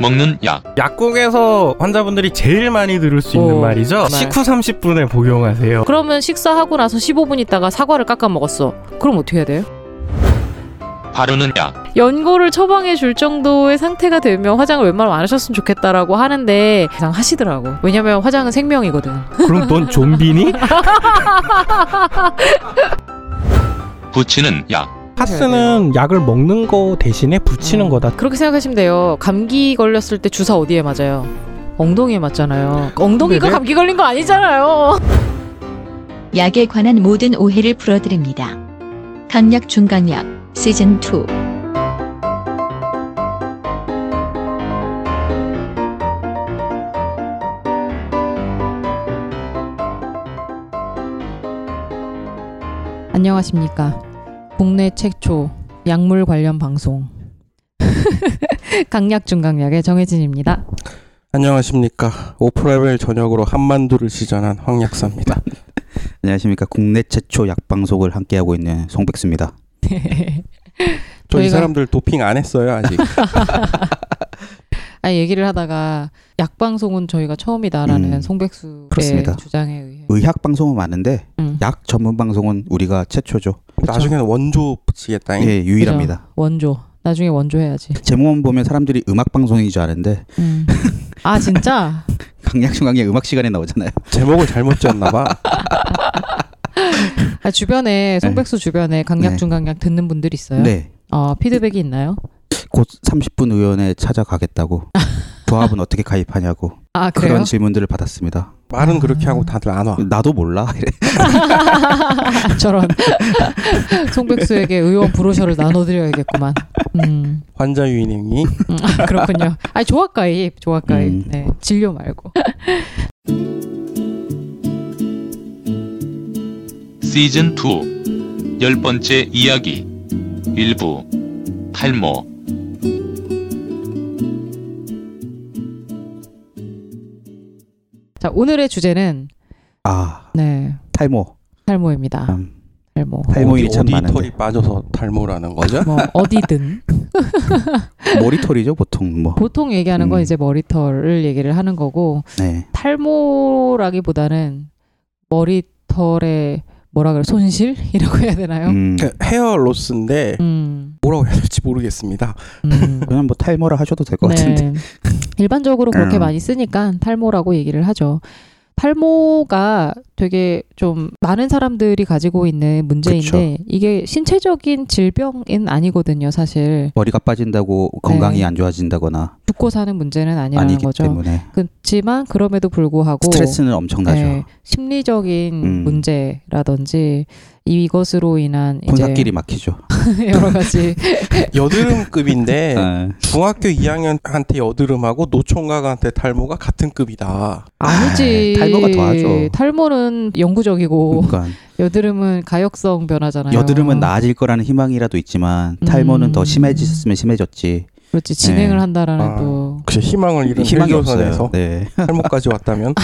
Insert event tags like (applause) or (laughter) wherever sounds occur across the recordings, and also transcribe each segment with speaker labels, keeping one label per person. Speaker 1: 먹는 약.
Speaker 2: 약국에서 환자분들이 제일 많이 들을 수 있는
Speaker 3: 오,
Speaker 2: 말이죠.
Speaker 3: 어, 정말.
Speaker 2: 식후 30분에 복용하세요.
Speaker 3: 그러면 식사하고 나서 15분 있다가 사과를 깎아 먹었어. 그럼 어떻게 해야 돼요?
Speaker 1: 바르는 약.
Speaker 3: 연고를 처방해 줄 정도의 상태가 되면 화장을 웬만하면 안 하셨으면 좋겠다라고 하는데 그냥 하시더라고. 왜냐면 화장은 생명이거든.
Speaker 2: 그럼 넌
Speaker 3: (laughs)
Speaker 2: 좀비니?
Speaker 1: 붙이는 약.
Speaker 2: 파스는 약을 먹는 거 대신에 붙이는
Speaker 3: 음.
Speaker 2: 거다.
Speaker 3: 그렇게 생각하시면 돼요. 감기 걸렸을 때 주사 어디에 맞아요? 엉덩이에 맞잖아요. 엉덩이가
Speaker 2: 네네.
Speaker 3: 감기 걸린 거 아니잖아요.
Speaker 4: 약에 관한 모든 오해를 풀어드립니다. 강약 중강약 시즌 2
Speaker 3: 안녕하십니까. 국내 최초 약물 관련 방송 (laughs) 강약 중강약의 정혜진입니다. (laughs)
Speaker 5: 안녕하십니까 오프라벨 저녁으로 한만두를 시전한 황약사입니다.
Speaker 6: 안녕하십니까 국내 최초 약방송을 함께하고 있는
Speaker 3: 네.
Speaker 6: 송백수입니다.
Speaker 5: 저 이
Speaker 3: 저희가-
Speaker 5: 사람들 도핑 안 했어요
Speaker 6: (laughs)
Speaker 5: 아직.
Speaker 3: 아니 얘기를 하다가 약 방송은 저희가 처음이다라는
Speaker 6: 음,
Speaker 3: 송백수의
Speaker 6: 그렇습니다.
Speaker 3: 주장에 의해
Speaker 6: 의학 방송은 많은데
Speaker 3: 음.
Speaker 6: 약 전문 방송은 우리가 최초죠.
Speaker 5: 나중에는 원조 붙이겠다잉.
Speaker 3: 네.
Speaker 6: 예, 유일합니다.
Speaker 3: 원조. 나중에 원조 해야지.
Speaker 6: 제목만 보면 사람들이 음악 방송인 줄 아는데
Speaker 3: (laughs) 아 진짜?
Speaker 6: 강약 중강의 음악 시간에 나오잖아요.
Speaker 5: 제목을 잘못
Speaker 6: (laughs)
Speaker 5: 지었나봐.
Speaker 3: 아, 주변에 송백수 주변에 강약
Speaker 6: 네.
Speaker 3: 중강약 듣는 분들 있어요?
Speaker 6: 네,
Speaker 3: 어, 피드백이 있나요?
Speaker 6: 곧 30분
Speaker 3: (laughs)
Speaker 6: 의원에 찾아가겠다고 조합은 어떻게 가입하냐고
Speaker 3: 아
Speaker 6: 그런
Speaker 3: 그래요? 아.
Speaker 6: 질문들을 받았습니다.
Speaker 5: 말은 그렇게 하고 다들 안 와.
Speaker 6: 나도 몰라. (laughs) 이래.
Speaker 3: (laughs) 저런 송백수에게 의원 브로셔를 나눠드려야겠구만. 음,
Speaker 5: 환자 유인행이
Speaker 3: 음, 아, 그렇군요. 아 조합 가입, 조합 가입.
Speaker 6: 음.
Speaker 3: 네, 진료 말고.
Speaker 1: 시즌 2. 열 번째 이야기. 일부. 탈모.
Speaker 3: 자 오늘의 주제는
Speaker 6: 아
Speaker 3: 네
Speaker 6: 탈모.
Speaker 3: 탈모입니다.
Speaker 6: 음,
Speaker 3: 탈모.
Speaker 6: 탈모인이
Speaker 5: 어디-
Speaker 6: 참
Speaker 5: 어디
Speaker 6: 많은데 음.
Speaker 5: 털이 빠져서 탈모라는 거죠?
Speaker 3: 뭐 어디든
Speaker 6: 머리털이죠 보통 뭐.
Speaker 3: 보통 얘기하는 건
Speaker 6: 음.
Speaker 3: 이제 머리털을 얘기를 하는 거고
Speaker 6: 네.
Speaker 3: 탈모라기보다는 머리털의 뭐라 그래 손실이라고 해야 되나요? 네.
Speaker 6: 음,
Speaker 5: 그 헤어 로스인데
Speaker 3: 음.
Speaker 5: 뭐라고 해야 될지
Speaker 6: (laughs)
Speaker 5: 모르겠습니다.
Speaker 3: 음.
Speaker 6: 그냥 뭐 탈모라 하셔도 될 것 같은데.
Speaker 3: 네. (laughs) 일반적으로 그렇게
Speaker 6: 음.
Speaker 3: 많이 쓰니까 탈모라고 얘기를 하죠. 탈모가 되게 좀 많은 사람들이 가지고 있는 문제인데 이게 신체적인 질병은 아니거든요, 사실.
Speaker 6: 머리가 빠진다고 건강이
Speaker 3: 네.
Speaker 6: 안 좋아진다거나
Speaker 3: 죽고 사는 문제는 아니라는
Speaker 6: 아니기
Speaker 3: 거죠.
Speaker 6: 때문에
Speaker 3: 그렇지만 그럼에도 불구하고
Speaker 6: 스트레스는 엄청나죠.
Speaker 3: 네, 심리적인
Speaker 6: 음.
Speaker 3: 문제라든지 이것으로 인한 이제
Speaker 6: 혼사끼리 막히죠.
Speaker 3: (laughs) 여러
Speaker 6: (laughs)
Speaker 3: 가지
Speaker 5: 여드름급인데
Speaker 6: 네.
Speaker 5: 중학교 2학년한테 여드름하고 노총각한테 탈모가 같은 급이다.
Speaker 3: 아니지
Speaker 6: 아, 탈모가 더하죠.
Speaker 3: 탈모는
Speaker 6: (laughs)
Speaker 3: 영구적이고
Speaker 6: 그러니까
Speaker 3: 여드름은 가역성 변화잖아요.
Speaker 6: 여드름은 나아질 거라는 희망이라도 있지만 탈모는
Speaker 3: 음.
Speaker 6: 더 심해졌으면 심해졌지.
Speaker 3: 그렇지 진행을
Speaker 6: 네.
Speaker 3: 한다라는
Speaker 5: 아.
Speaker 3: 또
Speaker 5: 혹시 희망을 잃은
Speaker 6: 희망이 없어요. (laughs)
Speaker 5: 선
Speaker 6: 네.
Speaker 5: 탈모까지 왔다면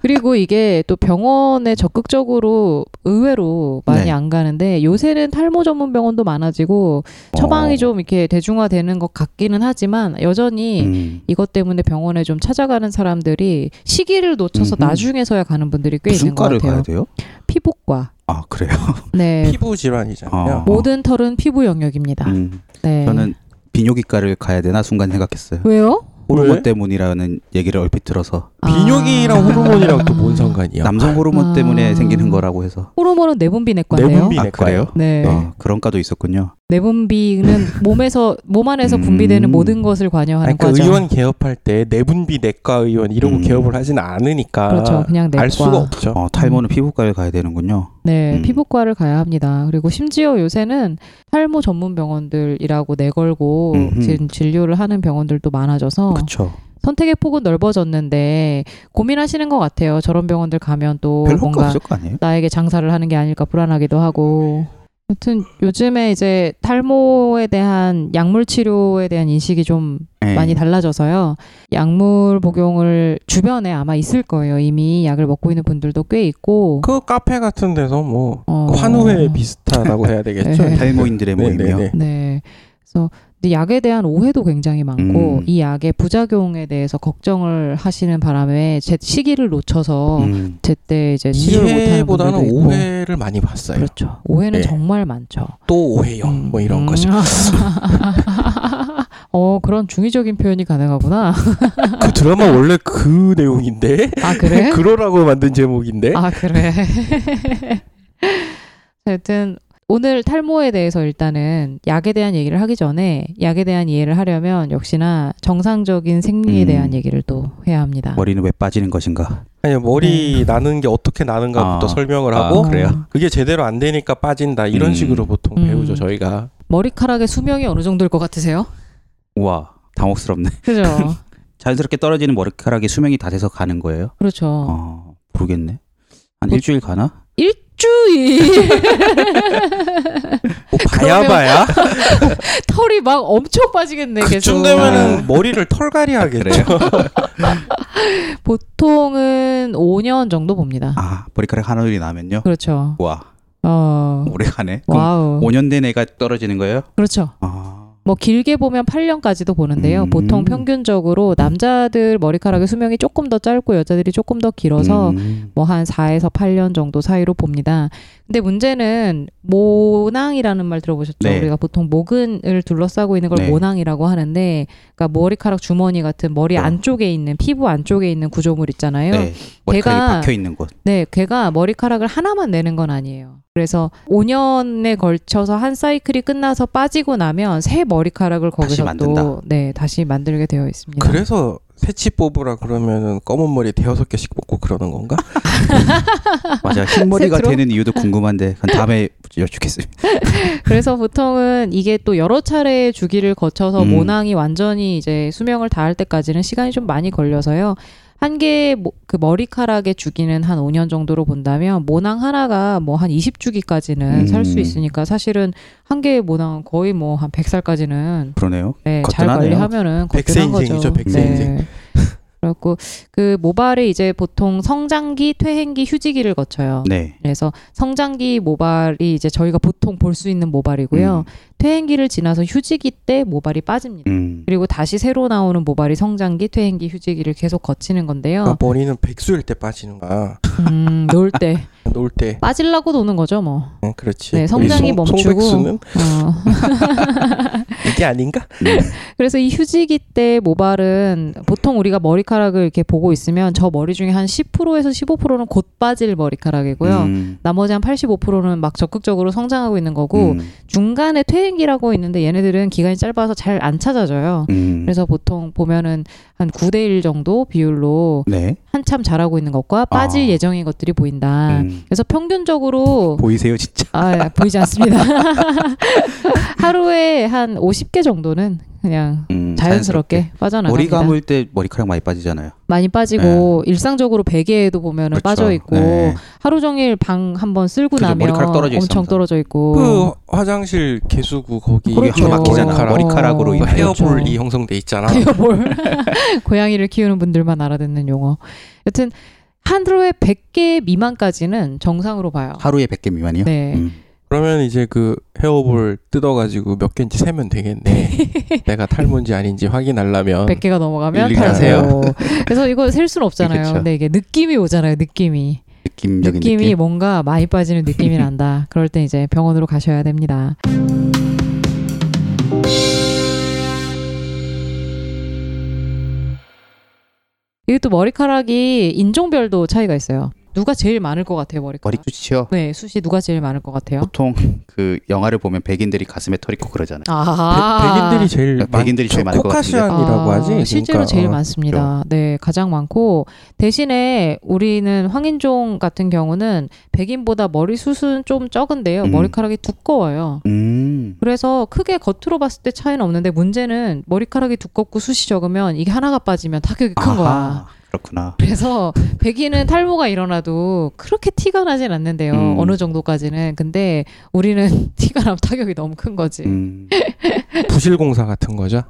Speaker 3: 그리고 이게 또 병원에 적극적으로 의외로 많이
Speaker 6: 네.
Speaker 3: 안 가는데 요새는 탈모 전문 병원도 많아지고 (laughs) 처방이
Speaker 6: 어.
Speaker 3: 좀 이렇게 대중화되는 것 같기는 하지만 여전히
Speaker 6: 음.
Speaker 3: 이것 때문에 병원에 좀 찾아가는 사람들이 시기를 놓쳐서
Speaker 6: 음흠.
Speaker 3: 나중에서야 가는 분들이 꽤
Speaker 6: 무슨
Speaker 3: 있는 것
Speaker 6: 과를
Speaker 3: 같아요.
Speaker 6: 가야 돼요?
Speaker 3: 피부과.
Speaker 6: 아 그래요.
Speaker 3: 네.
Speaker 5: 피부 질환이잖아요.
Speaker 6: 어.
Speaker 3: 모든 털은 피부 영역입니다.
Speaker 6: 음.
Speaker 3: 네.
Speaker 6: 저는 비뇨기과를 가야 되나 순간 생각했어요.
Speaker 3: 왜요?
Speaker 6: 호르몬
Speaker 5: 왜?
Speaker 6: 때문이라는 얘기를 얼핏 들어서
Speaker 5: 비뇨기랑
Speaker 3: 아.
Speaker 5: 호르몬이랑 또 뭔 상관이야?
Speaker 6: 남성 호르몬
Speaker 3: 아.
Speaker 6: 때문에 생기는 거라고 해서.
Speaker 3: 호르몬은 내분비내과인데요.
Speaker 5: 내분비.
Speaker 6: 아 그래요?
Speaker 3: 네.
Speaker 6: 아, 그런 과도 있었군요.
Speaker 3: 내분비는 몸에서 몸 안에서 분비되는
Speaker 6: 음.
Speaker 3: 모든 것을 관여하는
Speaker 5: 아니,
Speaker 3: 과정.
Speaker 5: 그러니까 의원 개업할 때 내분비 내과 의원 이러고
Speaker 6: 음.
Speaker 5: 개업을 하진 않으니까
Speaker 3: 그렇죠. 그냥 내과.
Speaker 5: 알 수가 없죠.
Speaker 6: 어,
Speaker 3: 음.
Speaker 6: 탈모는 피부과를 가야 되는군요.
Speaker 3: 네,
Speaker 6: 음.
Speaker 3: 피부과를 가야 합니다. 그리고 심지어 요새는 탈모 전문 병원들이라고 내걸고
Speaker 6: 음흠.
Speaker 3: 지금 진료를 하는 병원들도 많아져서
Speaker 6: 그렇죠.
Speaker 3: 선택의 폭은 넓어졌는데 고민하시는 것 같아요. 저런 병원들 가면 또
Speaker 6: 별 효과
Speaker 3: 뭐 뭔가
Speaker 6: 없을 거 아니에요?
Speaker 3: 나에게 장사를 하는 게 아닐까 불안하기도 하고. 여튼 요즘에 이제 탈모에 대한 약물 치료에 대한 인식이 좀
Speaker 6: 예.
Speaker 3: 많이 달라져서요. 약물 복용을 주변에 아마 있을 거예요. 이미 약을 먹고 있는 분들도 꽤 있고.
Speaker 5: 그 카페 같은 데서 뭐
Speaker 3: 어.
Speaker 5: 환우회 비슷하다고 해야 되겠죠.
Speaker 3: 네.
Speaker 6: 탈모인들의
Speaker 5: 네,
Speaker 6: 모임이요.
Speaker 5: 네, 네.
Speaker 3: 네. 그래서 근데 약에 대한 오해도 굉장히 많고
Speaker 6: 음.
Speaker 3: 이 약의 부작용에 대해서 걱정을 하시는 바람에 제 시기를 놓쳐서
Speaker 6: 음.
Speaker 3: 제때 이제 치료를 못하는 분들도
Speaker 5: 이해보다는
Speaker 3: 있고
Speaker 5: 오해를 많이 봤어요.
Speaker 3: 그렇죠. 오해는
Speaker 5: 네.
Speaker 3: 정말 많죠.
Speaker 5: 또 오해요. 뭐 이런
Speaker 3: 음.
Speaker 5: 거죠.
Speaker 3: 어 그런 중의적인 표현이 가능하구나.
Speaker 5: 그 드라마 원래 그 내용인데
Speaker 3: 아 그래?
Speaker 5: (laughs) 그러라고 만든 제목인데
Speaker 3: 아 그래. (laughs) 하여튼 오늘 탈모에 대해서 일단은 약에 대한 얘기를 하기 전에 약에 대한 이해를 하려면 역시나 정상적인 생리에
Speaker 6: 음.
Speaker 3: 대한 얘기를 또 해야 합니다.
Speaker 6: 머리는 왜 빠지는 것인가?
Speaker 5: 아니 머리
Speaker 3: 네.
Speaker 5: 나는 게 어떻게 나는가부터
Speaker 6: 아.
Speaker 5: 설명을
Speaker 3: 어,
Speaker 6: 아,
Speaker 5: 하고
Speaker 6: 그래요?
Speaker 5: 그게 제대로 안 되니까 빠진다 이런
Speaker 6: 음.
Speaker 5: 식으로 보통
Speaker 3: 음.
Speaker 5: 배우죠 저희가
Speaker 3: 머리카락의 수명이 어느 정도일 것 같으세요?
Speaker 6: 우와, 당혹스럽네. (laughs)
Speaker 5: (laughs)
Speaker 3: 그죠?
Speaker 6: 자연스럽게 떨어지는 머리카락이 수명이 다 돼서 가는 거예요?
Speaker 3: 그렇죠.
Speaker 6: 어, 모르겠네. 한
Speaker 3: 뭐-
Speaker 6: 일주일 가나?
Speaker 3: 일주일 (laughs)
Speaker 5: 뭐
Speaker 3: 그러면- (laughs)
Speaker 5: 봐야 봐야
Speaker 3: 털이 막 엄청 빠지겠네. 아, 계속.
Speaker 5: 그쯤 되면은 머리를 털갈이 하겠죠
Speaker 6: 그렇죠.
Speaker 3: 보통은 5년 정도 봅니다.
Speaker 6: 아, 머리카락 한 올이 나면요?
Speaker 3: 그렇죠.
Speaker 6: 우와,
Speaker 3: 어.
Speaker 6: 오래 가네. 그럼
Speaker 3: 와우.
Speaker 6: 5년 된 애가 떨어지는 거예요?
Speaker 3: 그렇죠.
Speaker 6: 아,
Speaker 3: 뭐 길게 보면 8년까지도 보는데요.
Speaker 6: 음.
Speaker 3: 보통 평균적으로 남자들 머리카락의 수명이 조금 더 짧고 여자들이 조금 더 길어서
Speaker 6: 음.
Speaker 3: 뭐 한 4에서 8년 정도 사이로 봅니다. 근데 문제는 모낭이라는 말 들어보셨죠?
Speaker 6: 네.
Speaker 3: 우리가 보통 모근을 둘러싸고 있는 걸
Speaker 6: 네.
Speaker 3: 모낭이라고 하는데 그러니까 머리카락 주머니 같은 머리
Speaker 6: 네.
Speaker 3: 안쪽에 있는 피부 안쪽에 있는 구조물 있잖아요.
Speaker 6: 네, 머리카락이
Speaker 3: 걔가-
Speaker 6: 박혀
Speaker 3: (laughs)
Speaker 6: 있는 곳.
Speaker 3: 네, 걔가 머리카락을 하나만 내는 건 아니에요. 그래서 5년에 걸쳐서 한 사이클이 끝나서 빠지고 나면 새 머리카락을 거기서
Speaker 6: 다시
Speaker 3: 또
Speaker 6: 만든다.
Speaker 3: 네, 다시 만들게 되어 있습니다.
Speaker 5: 그래서 새치 뽑으라 그러면은 검은 머리 대여섯 개씩 뽑고 그러는 건가?
Speaker 3: 어.
Speaker 6: 맞아. 흰머리가
Speaker 3: 새트로?
Speaker 6: 되는 이유도 궁금한데 그건 다음에
Speaker 3: (laughs)
Speaker 6: 여쭙겠습니다.
Speaker 3: 그래서 보통은 이게 또 여러 차례의 주기를 거쳐서
Speaker 6: 음.
Speaker 3: 모낭이 완전히 이제 수명을 다할 때까지는 시간이 좀 많이 걸려서요. 한 개의 모- 그 머리카락의 주기는 한 5년 정도로 본다면 모낭 하나가 뭐 한 20주기까지는 살 수
Speaker 6: 음.
Speaker 3: 있으니까 사실은 한 개의 모낭은 거의 뭐 한 100살까지는
Speaker 6: 그러네요.
Speaker 3: 네, 잘
Speaker 6: 거뜬하네요.
Speaker 3: 관리하면은
Speaker 5: 백세
Speaker 3: 거뜬한 거죠. 네.
Speaker 5: 인생이죠, 백세 인생.
Speaker 3: (laughs) 그렇고 그 모발이 이제 보통 성장기, 퇴행기, 휴지기를 거쳐요.
Speaker 6: 네.
Speaker 3: 그래서 성장기 모발이 이제 저희가 보통 볼 수 있는
Speaker 5: 음.
Speaker 3: 모발이고요. 퇴행기를 지나서 휴지기 때 모발이 빠집니다.
Speaker 6: 음.
Speaker 3: 그리고 다시 새로 나오는 모발이 성장기, 퇴행기, 휴지기를 계속 거치는 건데요.
Speaker 5: 그러니까 머리는 백수일 때 빠지는 거야
Speaker 3: 음, 놀 때.
Speaker 5: 놀 때.
Speaker 3: 빠질라고 노는 거죠, 뭐.
Speaker 5: 응, 그렇지.
Speaker 3: 네, 성장이
Speaker 5: 우리 송-
Speaker 3: 멈추고.
Speaker 5: 송백수는
Speaker 3: 어.
Speaker 5: 이게 아닌가?
Speaker 3: 그래서 이 휴지기 때 모발은 보통 우리가 머리카락을 이렇게 보고 있으면 저 머리 중에 한 10%에서 15%는 곧 빠질 머리카락이고요.
Speaker 6: 음.
Speaker 3: 나머지 한 85%는 막 적극적으로 성장하고 있는 거고
Speaker 6: 음.
Speaker 3: 중간에 퇴행기라고 있는데 얘네들은 기간이 짧아서 잘 안 찾아져요.
Speaker 6: 음.
Speaker 3: 그래서 보통 보면은 한 9대 1 정도 비율로
Speaker 6: 네.
Speaker 3: 한참 자라고 있는 것과 빠질
Speaker 6: 아.
Speaker 3: 예정인 것들이 보인다.
Speaker 6: 음.
Speaker 3: 그래서 평균적으로
Speaker 6: 보이세요, 진짜?
Speaker 3: 아, 보이지 않습니다. (laughs) 하루에 한 50개 정도는 그냥
Speaker 6: 음, 뭐
Speaker 3: 자연스럽게 빠져나갑니다.
Speaker 6: 머리 감을 때 머리카락 많이 빠지잖아요.
Speaker 3: 많이 빠지고 일상적으로 베개에도 보면은 빠져 있고
Speaker 6: 네.
Speaker 3: 하루 종일 방 한번 쓸고
Speaker 6: 그죠,
Speaker 3: 나면
Speaker 6: 머리카락 떨어져 있어,
Speaker 3: 엄청
Speaker 6: 항상.
Speaker 3: 떨어져 있고 (laughs)
Speaker 5: 그 화장실 개수구 거기
Speaker 6: 그렇죠.
Speaker 5: 하나
Speaker 6: 막히잖아.
Speaker 5: 머리카락.
Speaker 6: 머리카락으로
Speaker 5: 그
Speaker 6: 인해.
Speaker 5: 헤어볼이
Speaker 3: 그렇죠.
Speaker 5: 형성돼 있잖아.
Speaker 3: 헤어볼 (laughs) 고양이를 키우는 분들만 알아듣는 용어. 여튼 하루에 100개 미만까지는 정상으로 봐요.
Speaker 6: 하루에 100개 미만이요?
Speaker 3: 네.
Speaker 6: 음.
Speaker 5: 그러면 이제 그 헤어볼 뜯어가지고 몇 개인지
Speaker 3: (laughs)
Speaker 5: 세면 되겠네. 내가 탈모인지 아닌지 확인하려면
Speaker 3: 100개가 넘어가면
Speaker 5: 일일이
Speaker 3: 털고.
Speaker 5: 하세요.
Speaker 3: 그래서 이거 셀 수는 없잖아요.
Speaker 6: (laughs) 그쵸.
Speaker 3: 근데 이게 느낌이 오잖아요. 느낌이.
Speaker 6: 느낌적인
Speaker 3: 느낌이
Speaker 6: 느낌.
Speaker 3: 뭔가 많이 빠지는 (laughs) 느낌이 난다. 그럴 때 이제 병원으로 가셔야 됩니다. 이게 또 머리카락이 인종별도 차이가 있어요. 누가 제일 많을 것 같아요, 머리카락?
Speaker 6: 머리 숱이요.
Speaker 3: 네, 숱이 누가 제일 많을 것 같아요?
Speaker 6: 보통 그 영화를 보면 백인들이 가슴에 털 있고 그러잖아요.
Speaker 3: 아,
Speaker 5: 백인들이 제일
Speaker 6: 백인들이 제일 많을 것 같은데.
Speaker 5: 코카시안이라고
Speaker 3: 아,
Speaker 5: 하지. 그러니까,
Speaker 3: 실제로 제일
Speaker 5: 어.
Speaker 3: 많습니다. 네, 가장 많고 대신에 우리는 황인종 같은 경우는 백인보다 머리 숱은 좀 적은데요.
Speaker 6: 음.
Speaker 3: 머리카락이 두꺼워요.
Speaker 6: 음.
Speaker 3: 그래서 크게 겉으로 봤을 때 차이는 없는데 문제는 머리카락이 두껍고 숱이 적으면 이게 하나가 빠지면 타격이 큰 거야.
Speaker 6: 아하, 그렇구나.
Speaker 3: 그래서 백인은 탈모가 일어나도 그렇게 티가 나진 않는데요.
Speaker 6: 음.
Speaker 3: 어느 정도까지는. 근데 (laughs) 네. 우리는 티가 나면 타격이 너무 큰 거지.
Speaker 6: 음.
Speaker 5: 부실공사 같은 거죠.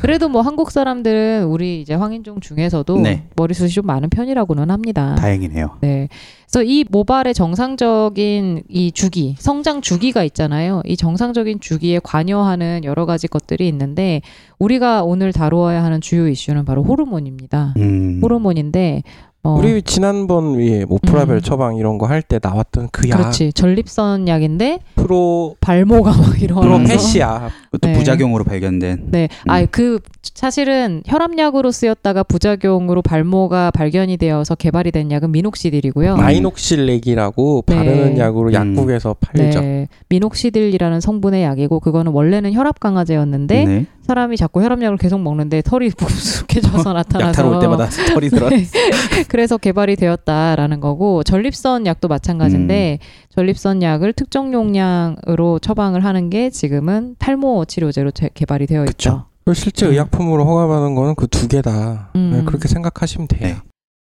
Speaker 3: 그래도 뭐 한국 사람들은 우리 이제 황인종 중에서도
Speaker 6: 네.
Speaker 3: 머리숱이 좀 많은 편이라고는 합니다.
Speaker 6: 다행이네요.
Speaker 3: 네. 그래서 이 모발의 정상적인 이 주기, 성장 주기가 있잖아요. 이 정상적인 주기에 관여하는 여러 가지 것들이 있는데 우리가 오늘 다루어야 하는 주요 이슈는 바로 호르몬입니다.
Speaker 6: 음.
Speaker 3: 호르몬인데 어,
Speaker 5: 우리 지난번 위에 뭐
Speaker 3: 음.
Speaker 5: 모프라벨 처방 이런 거 할 때 나왔던 그 약
Speaker 3: 그렇지. 전립선 약인데
Speaker 5: 프로
Speaker 3: 발모가 막 (laughs) 이런
Speaker 5: 프로페시아 음.
Speaker 6: 그것도
Speaker 3: 네.
Speaker 6: 부작용으로 발견된.
Speaker 3: 네. 아, 그 사실은 혈압약으로 쓰였다가 부작용으로 발모가 발견이 되어서 개발이 된 약은 미녹시딜이고요.
Speaker 5: 마이녹실렉이라고
Speaker 3: 어. 네.
Speaker 5: 바르는 약으로 약국에서 팔죠.
Speaker 3: 네. 미녹시딜이라는 성분의 약이고 그거는 원래는 혈압 강화제였는데
Speaker 6: 네.
Speaker 3: 사람이 자꾸 혈압약을 계속 먹는데 털이 (laughs)
Speaker 6: (laughs)
Speaker 3: 부스럭해져서 나타나서 네.
Speaker 6: 약 타러 올 때마다 털이 들어.
Speaker 3: (laughs) 그래서 개발이 되었다라는 거고 전립선 약도
Speaker 6: 음.
Speaker 3: 마찬가지인데 전립선 약을 특정 용량으로 처방을 하는 게 지금은 탈모 치료제로 제- 개발이 되어 있죠.
Speaker 6: 그쵸.
Speaker 5: 그걸 실제
Speaker 3: 음.
Speaker 5: 의약품으로 허가받은 거는 그 두 개다.
Speaker 3: 음.
Speaker 5: 네, 그렇게 생각하시면 돼요.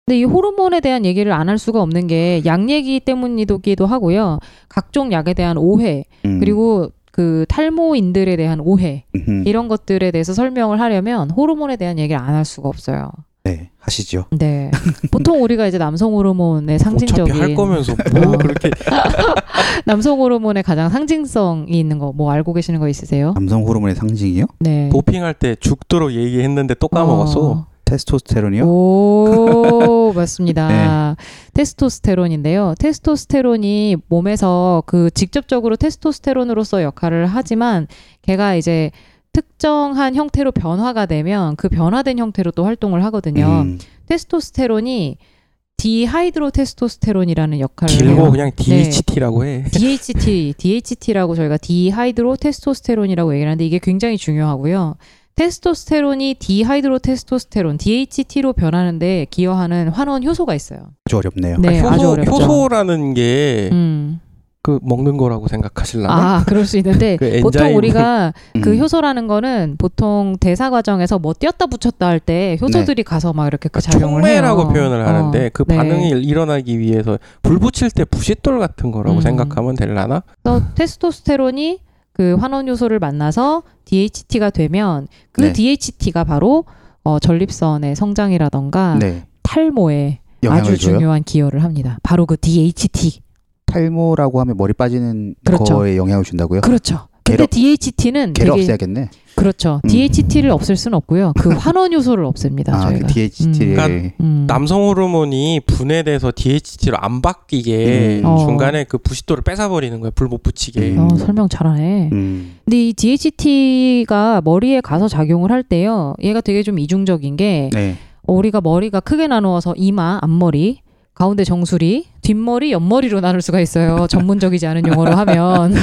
Speaker 3: 근데 이 호르몬에 대한 얘기를 안 할 수가 없는 게 약 얘기 때문이기도 하고요. 각종 약에 대한 오해
Speaker 6: 음.
Speaker 3: 그리고 그 탈모인들에 대한 오해
Speaker 6: 음.
Speaker 3: 이런 것들에 대해서 설명을 하려면 호르몬에 대한 얘기를 안 할 수가 없어요.
Speaker 6: 네 하시죠.
Speaker 5: (laughs)
Speaker 3: 네. 보통 우리가 이제 남성 호르몬의
Speaker 5: 어차피
Speaker 3: 상징적인
Speaker 5: 할 거면서 뭐
Speaker 3: 어.
Speaker 5: 그렇게
Speaker 3: (laughs) 남성 호르몬의 가장 상징성이 있는 거 뭐 알고 계시는 거 있으세요?
Speaker 6: 남성 호르몬의 상징이요?
Speaker 3: 네.
Speaker 5: 도핑할 때 죽도록 얘기했는데 또 아, 뭐 까먹었어. (laughs)
Speaker 6: 테스토스테론이요?
Speaker 3: 오,
Speaker 5: 네.
Speaker 3: 맞습니다. 테스토스테론인데요. 테스토스테론이 몸에서 그 직접적으로 테스토스테론으로서 역할을 하지만 걔가 이제 특정한 형태로 변화가 되면 그 변화된 형태로 또 활동을 하거든요.
Speaker 6: 음.
Speaker 3: 테스토스테론이 디하이드로 테스토스테론이라는 역할을
Speaker 5: 길고
Speaker 3: 해요.
Speaker 5: 그냥 DHT라고 해.
Speaker 3: DHT, DHT라고 저희가 디하이드로 테스토스테론이라고 얘기를 하는데 이게 굉장히 중요하고요. 테스토스테론이 디하이드로 테스토스테론, DHT로 변하는데 기여하는 환원 효소가 있어요.
Speaker 6: 아주 어렵네요.
Speaker 3: 네, 아주
Speaker 5: 효소,
Speaker 3: 어렵죠.
Speaker 5: 효소라는 게 그
Speaker 3: 음.
Speaker 5: 먹는 거라고 생각하실라나?
Speaker 3: 아, 그럴 수 있는데
Speaker 5: 그
Speaker 3: 보통
Speaker 5: 엔자임.
Speaker 3: 우리가 그
Speaker 6: 음.
Speaker 3: 효소라는 거는 보통 대사 과정에서 뭐 띄었다 붙였다 할 때 효소들이 가서 막 이렇게 그 작용을 해요.
Speaker 5: 네. 그러니까 촉매라고 표현을 하는데
Speaker 3: 어,
Speaker 5: 그
Speaker 3: 네.
Speaker 5: 반응이 일어나기 위해서 불 붙일 때 부싯돌 같은 거라고
Speaker 3: 음.
Speaker 5: 생각하면 될라나?
Speaker 3: 그래서 테스토스테론이 그 환원 효소를 만나서 DHT가 되면 그
Speaker 6: 네.
Speaker 3: DHT가 바로 어, 전립선의 성장이라던가
Speaker 6: 네.
Speaker 3: 탈모에
Speaker 6: 영향을
Speaker 3: 아주
Speaker 6: 줘요.
Speaker 3: 중요한 기여를 합니다. 바로 그 DHT.
Speaker 6: 탈모라고 하면 머리 빠지는
Speaker 3: 그렇죠.
Speaker 6: 거에 영향을 준다고요?
Speaker 3: 그렇죠. 근데
Speaker 6: 걔를-
Speaker 3: DHT는
Speaker 6: 걔를
Speaker 3: 되게
Speaker 6: 없애야겠네.
Speaker 3: 그렇죠.
Speaker 6: 음.
Speaker 3: DHT를 없앨 수는 없고요.
Speaker 6: (laughs)
Speaker 3: 그 환원 요소를 없앱니다.
Speaker 6: 아,
Speaker 3: 저희가.
Speaker 6: 그 DHT를
Speaker 5: 그러니까
Speaker 3: 음.
Speaker 5: 남성 호르몬이 분해돼서 DHT로 안 바뀌게
Speaker 6: 음.
Speaker 5: 중간에 그 부싯돌을 뺏어버리는 거야 불 못 붙이게
Speaker 6: 음.
Speaker 3: 어, 설명 잘하네.
Speaker 6: 음.
Speaker 3: 근데 이 DHT가 머리에 가서 작용을 할 때요. 얘가 되게 좀 이중적인
Speaker 5: 그러니까
Speaker 3: 게
Speaker 6: 네.
Speaker 3: 어, 우리가 머리가 크게 나누어서 이마, 앞머리, 가운데 정수리, 뒷머리, 옆머리로 나눌 수가
Speaker 5: (laughs)
Speaker 3: 있어요. 전문적이지 않은 용어로 하면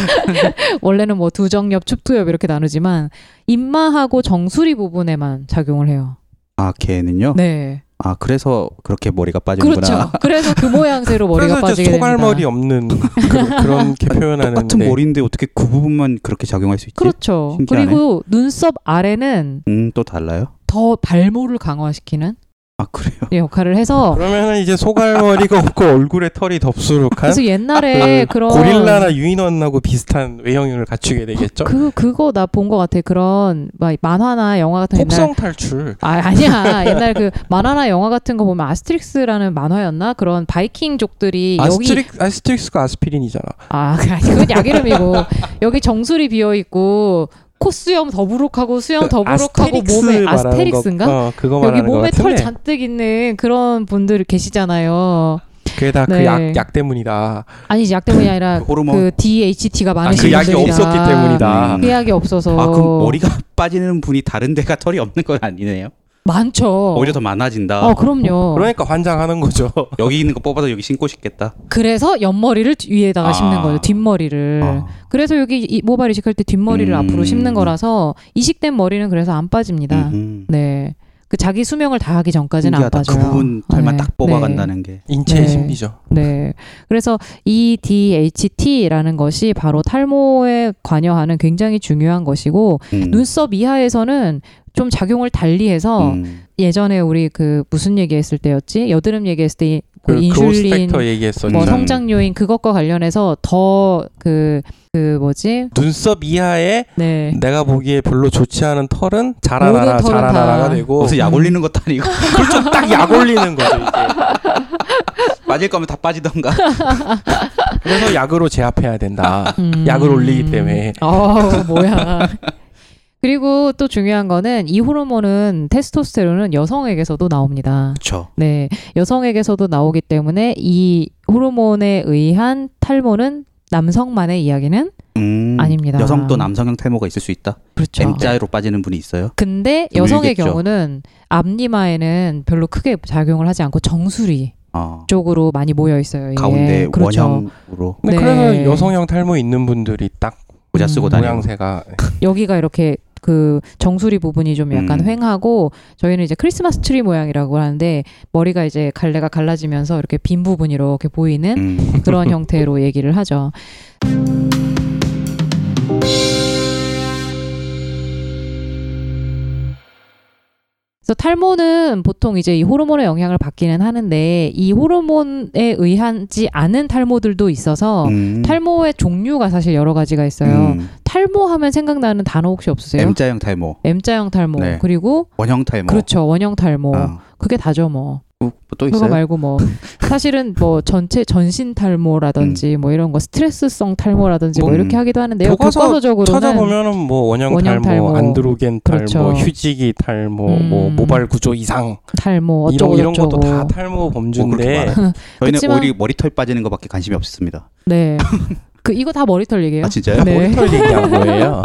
Speaker 3: 원래는 뭐 두정엽, 춥두엽 이렇게 나누지만 입마하고 정수리 부분에만 작용을 해요.
Speaker 6: 아,
Speaker 5: 어,
Speaker 6: 걔는요?
Speaker 3: 네,
Speaker 6: 아, 그래서 그렇게 머리가 빠지는구나.
Speaker 3: 그렇죠. 그래서 그 모양새로 머리가
Speaker 5: 그래서 이제
Speaker 3: 빠지게 됩니다. (laughs)
Speaker 5: 소갈머리 없는 그, 런게 표현하는데 네.
Speaker 6: 똑같은 머리인데 어떻게 그 부분만 그렇게 작용할 수 있지?
Speaker 5: 예,
Speaker 3: 그렇죠.
Speaker 6: 신기하네.
Speaker 3: 그리고 눈썹 아래는
Speaker 6: 음, 또 달라요?
Speaker 3: 더 발모를 강화시키는 예,
Speaker 6: 아,
Speaker 3: 네,
Speaker 6: 그래요.
Speaker 3: 역할을 해서
Speaker 5: 아, 그러면은 이제 소갈머리가 없고 얼굴에 털이 덥수룩한
Speaker 3: 그래서 옛날에
Speaker 5: 그
Speaker 3: 그런
Speaker 5: 고릴라나 유인원하고 비슷한 외형을 갖추게 되겠죠
Speaker 3: 그 그거 나 본 것 같아. 그런 막 만화나 영화 같은 옛날
Speaker 5: 폭성 탈출
Speaker 3: 아, 아니야. 옛날 그 만화나 영화 같은 거 보면 아스트릭스라는 만화였나? 그런 바이킹족들이 여기
Speaker 5: 아스트릭, 아스트릭스가 아스피린이잖아
Speaker 3: 아, 그 아니, 그건 약 이름이고 여기 정수리 비어 있고 코 수염 더부룩하고 수염 더부룩하고
Speaker 5: 어, 아스테릭스
Speaker 3: 몸에
Speaker 5: 말하는
Speaker 3: 아스테릭스인가?
Speaker 5: 거, 어, 그거
Speaker 3: 여기
Speaker 5: 말하는 거
Speaker 3: 몸에 털
Speaker 5: 같은데
Speaker 3: 잔뜩 있는 그런 분들 계시잖아요.
Speaker 5: 그게 다
Speaker 3: 네.
Speaker 5: 그 약 약 때문이다
Speaker 3: 아니 약 때문이 아니라
Speaker 6: 그 호르몬.
Speaker 3: 그 DHT가
Speaker 5: 아,
Speaker 3: 많으신
Speaker 5: 그 약이
Speaker 3: 분들이라.
Speaker 5: 없었기 때문이다
Speaker 6: 음.
Speaker 3: 그 약이 없어서
Speaker 6: 아, 그럼 머리가 (laughs) 빠지는 분이 다른 데가 털이 없는 건 아니네요.
Speaker 3: 많죠.
Speaker 6: 오히려 더 많아진다.
Speaker 3: 어 그럼요.
Speaker 5: 그러니까 환장하는 거죠 (laughs)
Speaker 6: 여기 있는 거 뽑아서 여기 신고 싶겠다.
Speaker 3: 그래서 옆머리를 뒤- 위에다가
Speaker 6: 아.
Speaker 3: 심는 거죠. 뒷머리를.
Speaker 6: 아,
Speaker 3: 그래서 여기 이- 모발 이식할 때 뒷머리를
Speaker 6: 음.
Speaker 3: 앞으로 심는 거라서 이식된 머리는 그래서 안 빠집니다.
Speaker 6: 음흠.
Speaker 3: 네. 그 자기 수명을 다하기 전까지는
Speaker 6: 신기하다.
Speaker 3: 안
Speaker 6: 그
Speaker 3: 빠져요.
Speaker 6: 부분 털만
Speaker 3: 네.
Speaker 6: 딱 뽑아간다는 게.
Speaker 5: 인체의
Speaker 3: 네.
Speaker 5: 신비죠
Speaker 3: 네. 네. 그래서 E 이 DHT라는 것이 바로 탈모에 관여하는 굉장히 중요한 것이고
Speaker 6: 음.
Speaker 3: 눈썹 이하에서는 좀 작용을 달리해서
Speaker 6: 음.
Speaker 3: 예전에 우리 그 무슨 얘기했을 때였지? 여드름 얘기했을 때 그
Speaker 5: 그
Speaker 3: 인슐린
Speaker 5: 크로스펙터 얘기했었죠.
Speaker 3: 뭐
Speaker 6: 음.
Speaker 3: 성장 요인 그것과 관련해서 더 그 그 뭐지?
Speaker 5: 눈썹 이하에
Speaker 3: 네.
Speaker 5: 내가 보기에 별로 좋지 않은 털은 자라나라
Speaker 3: 모든 털은
Speaker 5: 자라나라가
Speaker 3: 다. (laughs)
Speaker 5: 되고
Speaker 6: 무슨 약 올리는 것도 아니고 (laughs)
Speaker 5: 좀딱약 올리는 거죠. 이게.
Speaker 6: 빠질 거면 다 빠지던가.
Speaker 5: 그래서 약으로 제압해야 된다.
Speaker 3: 음.
Speaker 5: 약을 올리기 때문에. (laughs)
Speaker 3: 어, 뭐야. 그리고 또 중요한 거는 이 호르몬은 테스토스테론은 여성에게서도 나옵니다.
Speaker 6: 그렇죠.
Speaker 3: 네. 여성에게서도 나오기 때문에 이 호르몬에 의한 탈모는 남성만의 이야기는
Speaker 6: 음,
Speaker 3: 아닙니다.
Speaker 6: 여성 또 남성형 탈모가 있을 수 있다.
Speaker 3: 그렇죠.
Speaker 6: M자로 빠지는 분이 있어요.
Speaker 3: 근데 여성의
Speaker 6: 늘겠죠.
Speaker 3: 경우는 앞니마에는 별로 크게 작용을 하지 않고 정수리
Speaker 6: 어,
Speaker 3: 쪽으로 많이 모여 있어요. 이게.
Speaker 6: 가운데
Speaker 3: 그렇죠.
Speaker 6: 원형으로
Speaker 3: 네.
Speaker 5: 근데 그래서 여성형 탈모 있는 분들이 딱
Speaker 6: 모자
Speaker 3: 음.
Speaker 6: 쓰고 어, 다니고.
Speaker 5: 모양새가
Speaker 3: 여기가 이렇게 그 정수리 부분이 좀 약간
Speaker 6: 음.
Speaker 3: 횡하고 저희는 이제 크리스마스 트리 모양이라고 하는데 머리가 이제 갈래가 갈라지면서 이렇게 빈 부분이 이렇게 보이는
Speaker 6: 음. (laughs)
Speaker 3: 그런 형태로 얘기를 하죠. 그래서 탈모는 보통 이제 이 호르몬의 영향을 받기는 하는데 이 호르몬에 의한지 않은 탈모들도 있어서
Speaker 6: 음.
Speaker 3: 탈모의 종류가 사실 여러 가지가 있어요.
Speaker 6: 음.
Speaker 3: 탈모하면 생각나는 단어 혹시 없으세요?
Speaker 6: M자형 탈모,
Speaker 3: M, 자형 탈모
Speaker 6: 네.
Speaker 3: 그리고
Speaker 6: 원형 탈모.
Speaker 3: 그렇죠 원형 탈모
Speaker 6: 아,
Speaker 3: 그게 다죠 뭐
Speaker 6: 뭐, 또
Speaker 3: 그거
Speaker 6: 있어요?
Speaker 3: 말고
Speaker 6: (laughs)
Speaker 3: 뭐 사실은 뭐 전체 전신 탈모라든지 뭐 이런 거 스트레스성 탈모라든지 뭐
Speaker 6: 음.
Speaker 3: 이렇게 하기도 하는데요
Speaker 5: 교과서
Speaker 3: 교과서적으로는
Speaker 5: 찾아보면은 뭐 원형,
Speaker 3: 원형
Speaker 5: 탈모,
Speaker 3: 탈모.
Speaker 5: 안드로겐 탈모,
Speaker 3: 그렇죠.
Speaker 5: 휴지기 탈모,
Speaker 3: 음.
Speaker 5: 뭐 모발 구조 이상
Speaker 3: 탈모
Speaker 5: 이런
Speaker 3: 어쩌고
Speaker 5: 이런
Speaker 3: 저쩌고
Speaker 5: 것도 다 탈모
Speaker 6: 뭐 그렇게
Speaker 3: (laughs)
Speaker 5: 범주인데
Speaker 6: 많아요. 저희는
Speaker 3: 그치만-
Speaker 6: 머리 머리털 빠지는 것밖에 관심이 없습니다. (laughs)
Speaker 3: 네. 그 이거 다 머리털 얘기예요.
Speaker 6: 아 진짜요?
Speaker 3: 네. 어.
Speaker 5: 머리털 뭐 얘기한
Speaker 3: (laughs)
Speaker 5: 거예요.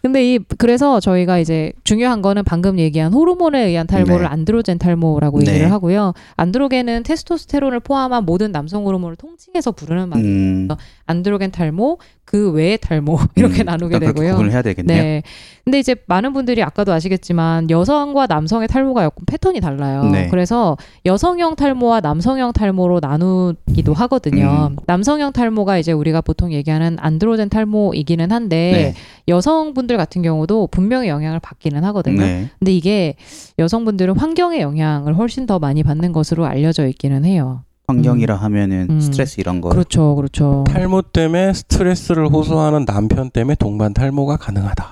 Speaker 3: 근데 이 그래서 저희가 이제 중요한 거는 방금 얘기한 호르몬에 의한 탈모를
Speaker 6: 네.
Speaker 3: 안드로젠 탈모라고
Speaker 6: 네.
Speaker 3: 얘기를 하고요. 안드로겐은 테스토스테론을 포함한 모든 남성 호르몬을 통칭해서 부르는 말이에요.
Speaker 6: 음,
Speaker 3: 안드로겐 탈모, 그 외의 탈모 (laughs) 이렇게
Speaker 6: 음,
Speaker 3: 나누게
Speaker 6: 일단 그렇게
Speaker 3: 되고요.
Speaker 6: 구분을 해야 되겠네요.
Speaker 3: 네. 근데 이제 많은 분들이 아까도 아시겠지만 여성과 남성의 탈모가 약간 패턴이 달라요.
Speaker 6: 네.
Speaker 3: 그래서 여성형 탈모와 남성형 탈모로 나누기도 하거든요.
Speaker 6: 음.
Speaker 3: 남성형 탈모가 이제 우리가 보통 얘기하는 안드로젠 탈모이기는 한데
Speaker 6: 네.
Speaker 3: 여성분들 같은 경우도 분명히 영향을 받기는 하거든요.
Speaker 6: 네.
Speaker 3: 근데 이게 여성분들은 환경의 영향을 훨씬 더 많이 받는 것으로 알려져 있기는 해요.
Speaker 6: 환경이라 하면은
Speaker 3: 음.
Speaker 6: 스트레스 이런 거.
Speaker 3: 그렇죠, 그렇죠.
Speaker 5: 탈모 때문에 스트레스를 호소하는 남편 때문에 동반 탈모가 가능하다.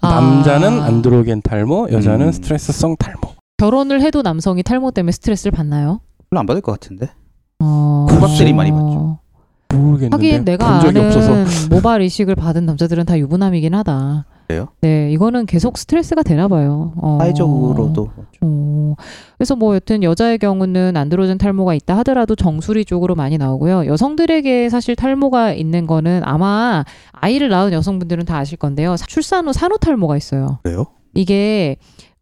Speaker 5: 남자는
Speaker 3: 아,
Speaker 5: 안드로겐 탈모, 여자는
Speaker 6: 음.
Speaker 5: 스트레스성 탈모.
Speaker 3: 결혼을 해도 남성이 탈모 때문에 스트레스를 받나요?
Speaker 6: 별로 안 받을 것 같은데.
Speaker 3: 어...
Speaker 6: 국밥들이 많이 받죠.
Speaker 5: 모르겠는데
Speaker 3: 하긴 내가
Speaker 5: 본 적이
Speaker 3: 아는
Speaker 5: 없어서
Speaker 3: 모발 이식을 받은 남자들은 다 유부남이긴 하다.
Speaker 6: 그래요?
Speaker 3: 네, 이거는 계속 스트레스가 되나 봐요. 어.
Speaker 6: 사회적으로도
Speaker 3: 어. 그래서 뭐 여튼 여자의 경우는 안드로젠 탈모가 있다 하더라도 정수리 쪽으로 많이 나오고요. 여성들에게 사실 탈모가 있는 거는 아마 아이를 낳은 여성분들은 다 아실 건데요. 사- 출산 후 산후 탈모가 있어요.
Speaker 6: 그래요?
Speaker 3: 이게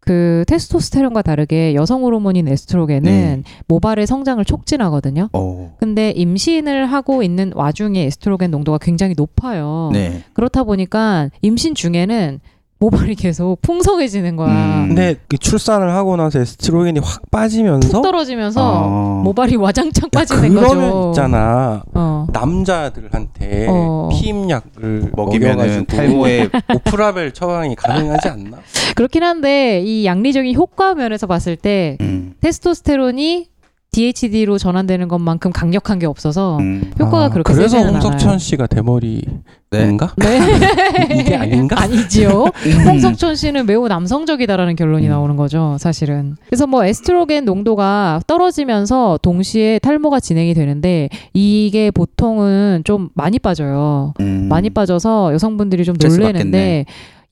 Speaker 3: 그 테스토스테론과 다르게 여성 호르몬인 에스트로겐은
Speaker 6: 네.
Speaker 3: 모발의 성장을 촉진하거든요.
Speaker 6: 어.
Speaker 3: 근데 임신을 하고 있는 와중에 에스트로겐 농도가 굉장히 높아요.
Speaker 6: 네.
Speaker 3: 그렇다 보니까 임신 중에는 모발이 계속 풍성해지는 거야.
Speaker 6: 음.
Speaker 5: 근데 그 출산을 하고 나서 에스트로겐이 확 빠지면서
Speaker 3: 푹 떨어지면서 뭐
Speaker 6: 어.
Speaker 3: 모발이 와장창
Speaker 5: 아. 야,
Speaker 3: 빠지는
Speaker 5: 그러면
Speaker 3: 거죠.
Speaker 5: 있잖아
Speaker 3: 어.
Speaker 5: 남자들한테
Speaker 3: 어.
Speaker 5: 피임약을
Speaker 6: 먹이면은
Speaker 5: 먹여가지고
Speaker 6: 탈모에
Speaker 5: (laughs) 오프라벨 처방이 가능하지 않나?
Speaker 3: 그렇긴 한데 이 양리적인 효과 면에서 봤을 때
Speaker 6: 음.
Speaker 3: 테스토스테론이 DHD로 전환되는 것만큼 강력한 게 없어서
Speaker 6: 음.
Speaker 5: 아.
Speaker 3: 효과가 그렇게
Speaker 5: 그래서
Speaker 3: 세지는
Speaker 5: 홍석천
Speaker 3: 않아요.
Speaker 5: 씨가 대머리인가?
Speaker 3: 음.
Speaker 6: 네.
Speaker 5: (laughs)
Speaker 3: 네.
Speaker 5: 이게
Speaker 3: (laughs)
Speaker 5: 아닌가?
Speaker 3: 아니지요.
Speaker 6: 음.
Speaker 3: 홍석천 씨는 매우 남성적이다라는 결론이
Speaker 6: 음.
Speaker 3: 나오는 거죠, 사실은. 그래서 뭐 에스트로겐 농도가 떨어지면서 동시에 탈모가 진행이 되는데 이게 보통은 좀 많이 빠져요.
Speaker 6: 음.
Speaker 3: 많이 빠져서 여성분들이 좀
Speaker 6: 스트레스
Speaker 3: 놀래는데
Speaker 6: 받겠네.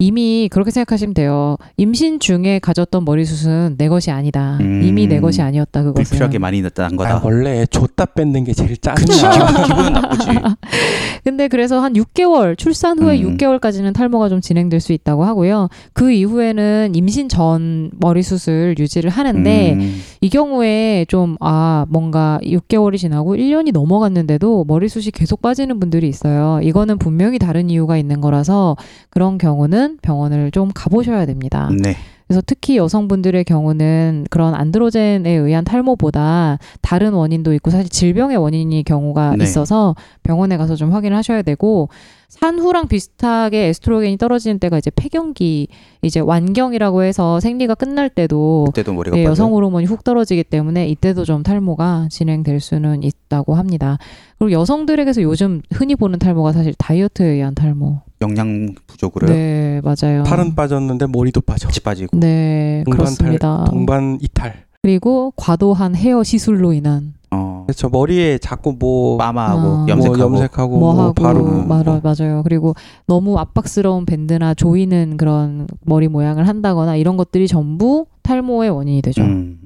Speaker 3: 이미 그렇게 생각하시면 돼요. 임신 중에 가졌던 머리숱은 내 것이 아니다.
Speaker 6: 음.
Speaker 3: 이미 내 것이 아니었다 그것은.
Speaker 6: 불필요하게 많이 났다는
Speaker 5: 아,
Speaker 6: 거다.
Speaker 5: 원래 줬다 뺏는 게 제일 짜증나.
Speaker 6: 그치 기분, 기분은 나쁘지.
Speaker 3: (laughs) 근데 그래서 한 6개월 출산 후에
Speaker 6: 음.
Speaker 3: 6개월까지는 탈모가 좀 진행될 수 있다고 하고요. 그 이후에는 임신 전 머리숱을 유지를 하는데
Speaker 6: 음.
Speaker 3: 이 경우에 좀 아 뭔가 6개월이 지나고 1년이 넘어갔는데도 머리숱이 계속 빠지는 분들이 있어요. 이거는 분명히 다른 이유가 있는 거라서 그런 경우는 병원을 좀 가보셔야 됩니다.
Speaker 6: 네.
Speaker 3: 그래서 특히 여성분들의 경우는 그런 안드로젠에 의한 탈모보다 다른 원인도 있고 사실 질병의 원인이 경우가
Speaker 6: 네.
Speaker 3: 있어서 병원에 가서 좀 확인을 하셔야 되고 산후랑 비슷하게 에스트로겐이 떨어지는 때가 이제 폐경기 이제 완경이라고 해서 생리가 끝날 때도
Speaker 6: 그때도 머리가
Speaker 3: 예,
Speaker 6: 빠져.
Speaker 3: 여성 호르몬이 훅 떨어지기 때문에 이때도 좀 탈모가 진행될 수는 있다고 합니다. 그리고 여성들에게서 요즘 흔히 보는 탈모가 사실 다이어트에 의한 탈모.
Speaker 6: 영양 부족으로 요
Speaker 3: 네, 맞아요.
Speaker 5: 팔은 빠졌는데 머리도 빠져.
Speaker 6: 같이 빠지고
Speaker 3: 네,
Speaker 5: 동반
Speaker 3: 그렇습니다.
Speaker 5: 동반 이탈.
Speaker 3: 그리고 과도한 헤어 시술로 인한
Speaker 6: 어,
Speaker 5: 그렇죠. 머리에 자꾸 뭐,
Speaker 6: 빠마하고
Speaker 3: 아.
Speaker 5: 뭐
Speaker 6: 염색하고
Speaker 5: 염색하고
Speaker 3: 뭐
Speaker 5: 뭐
Speaker 3: 하고
Speaker 5: 바르고
Speaker 3: 맞아, 맞아요. 그리고 너무 압박스러운 밴드나 조이는 그런 머리 모양을 한다거나 이런 것들이 전부 탈모의 원인이 되죠.
Speaker 6: 음.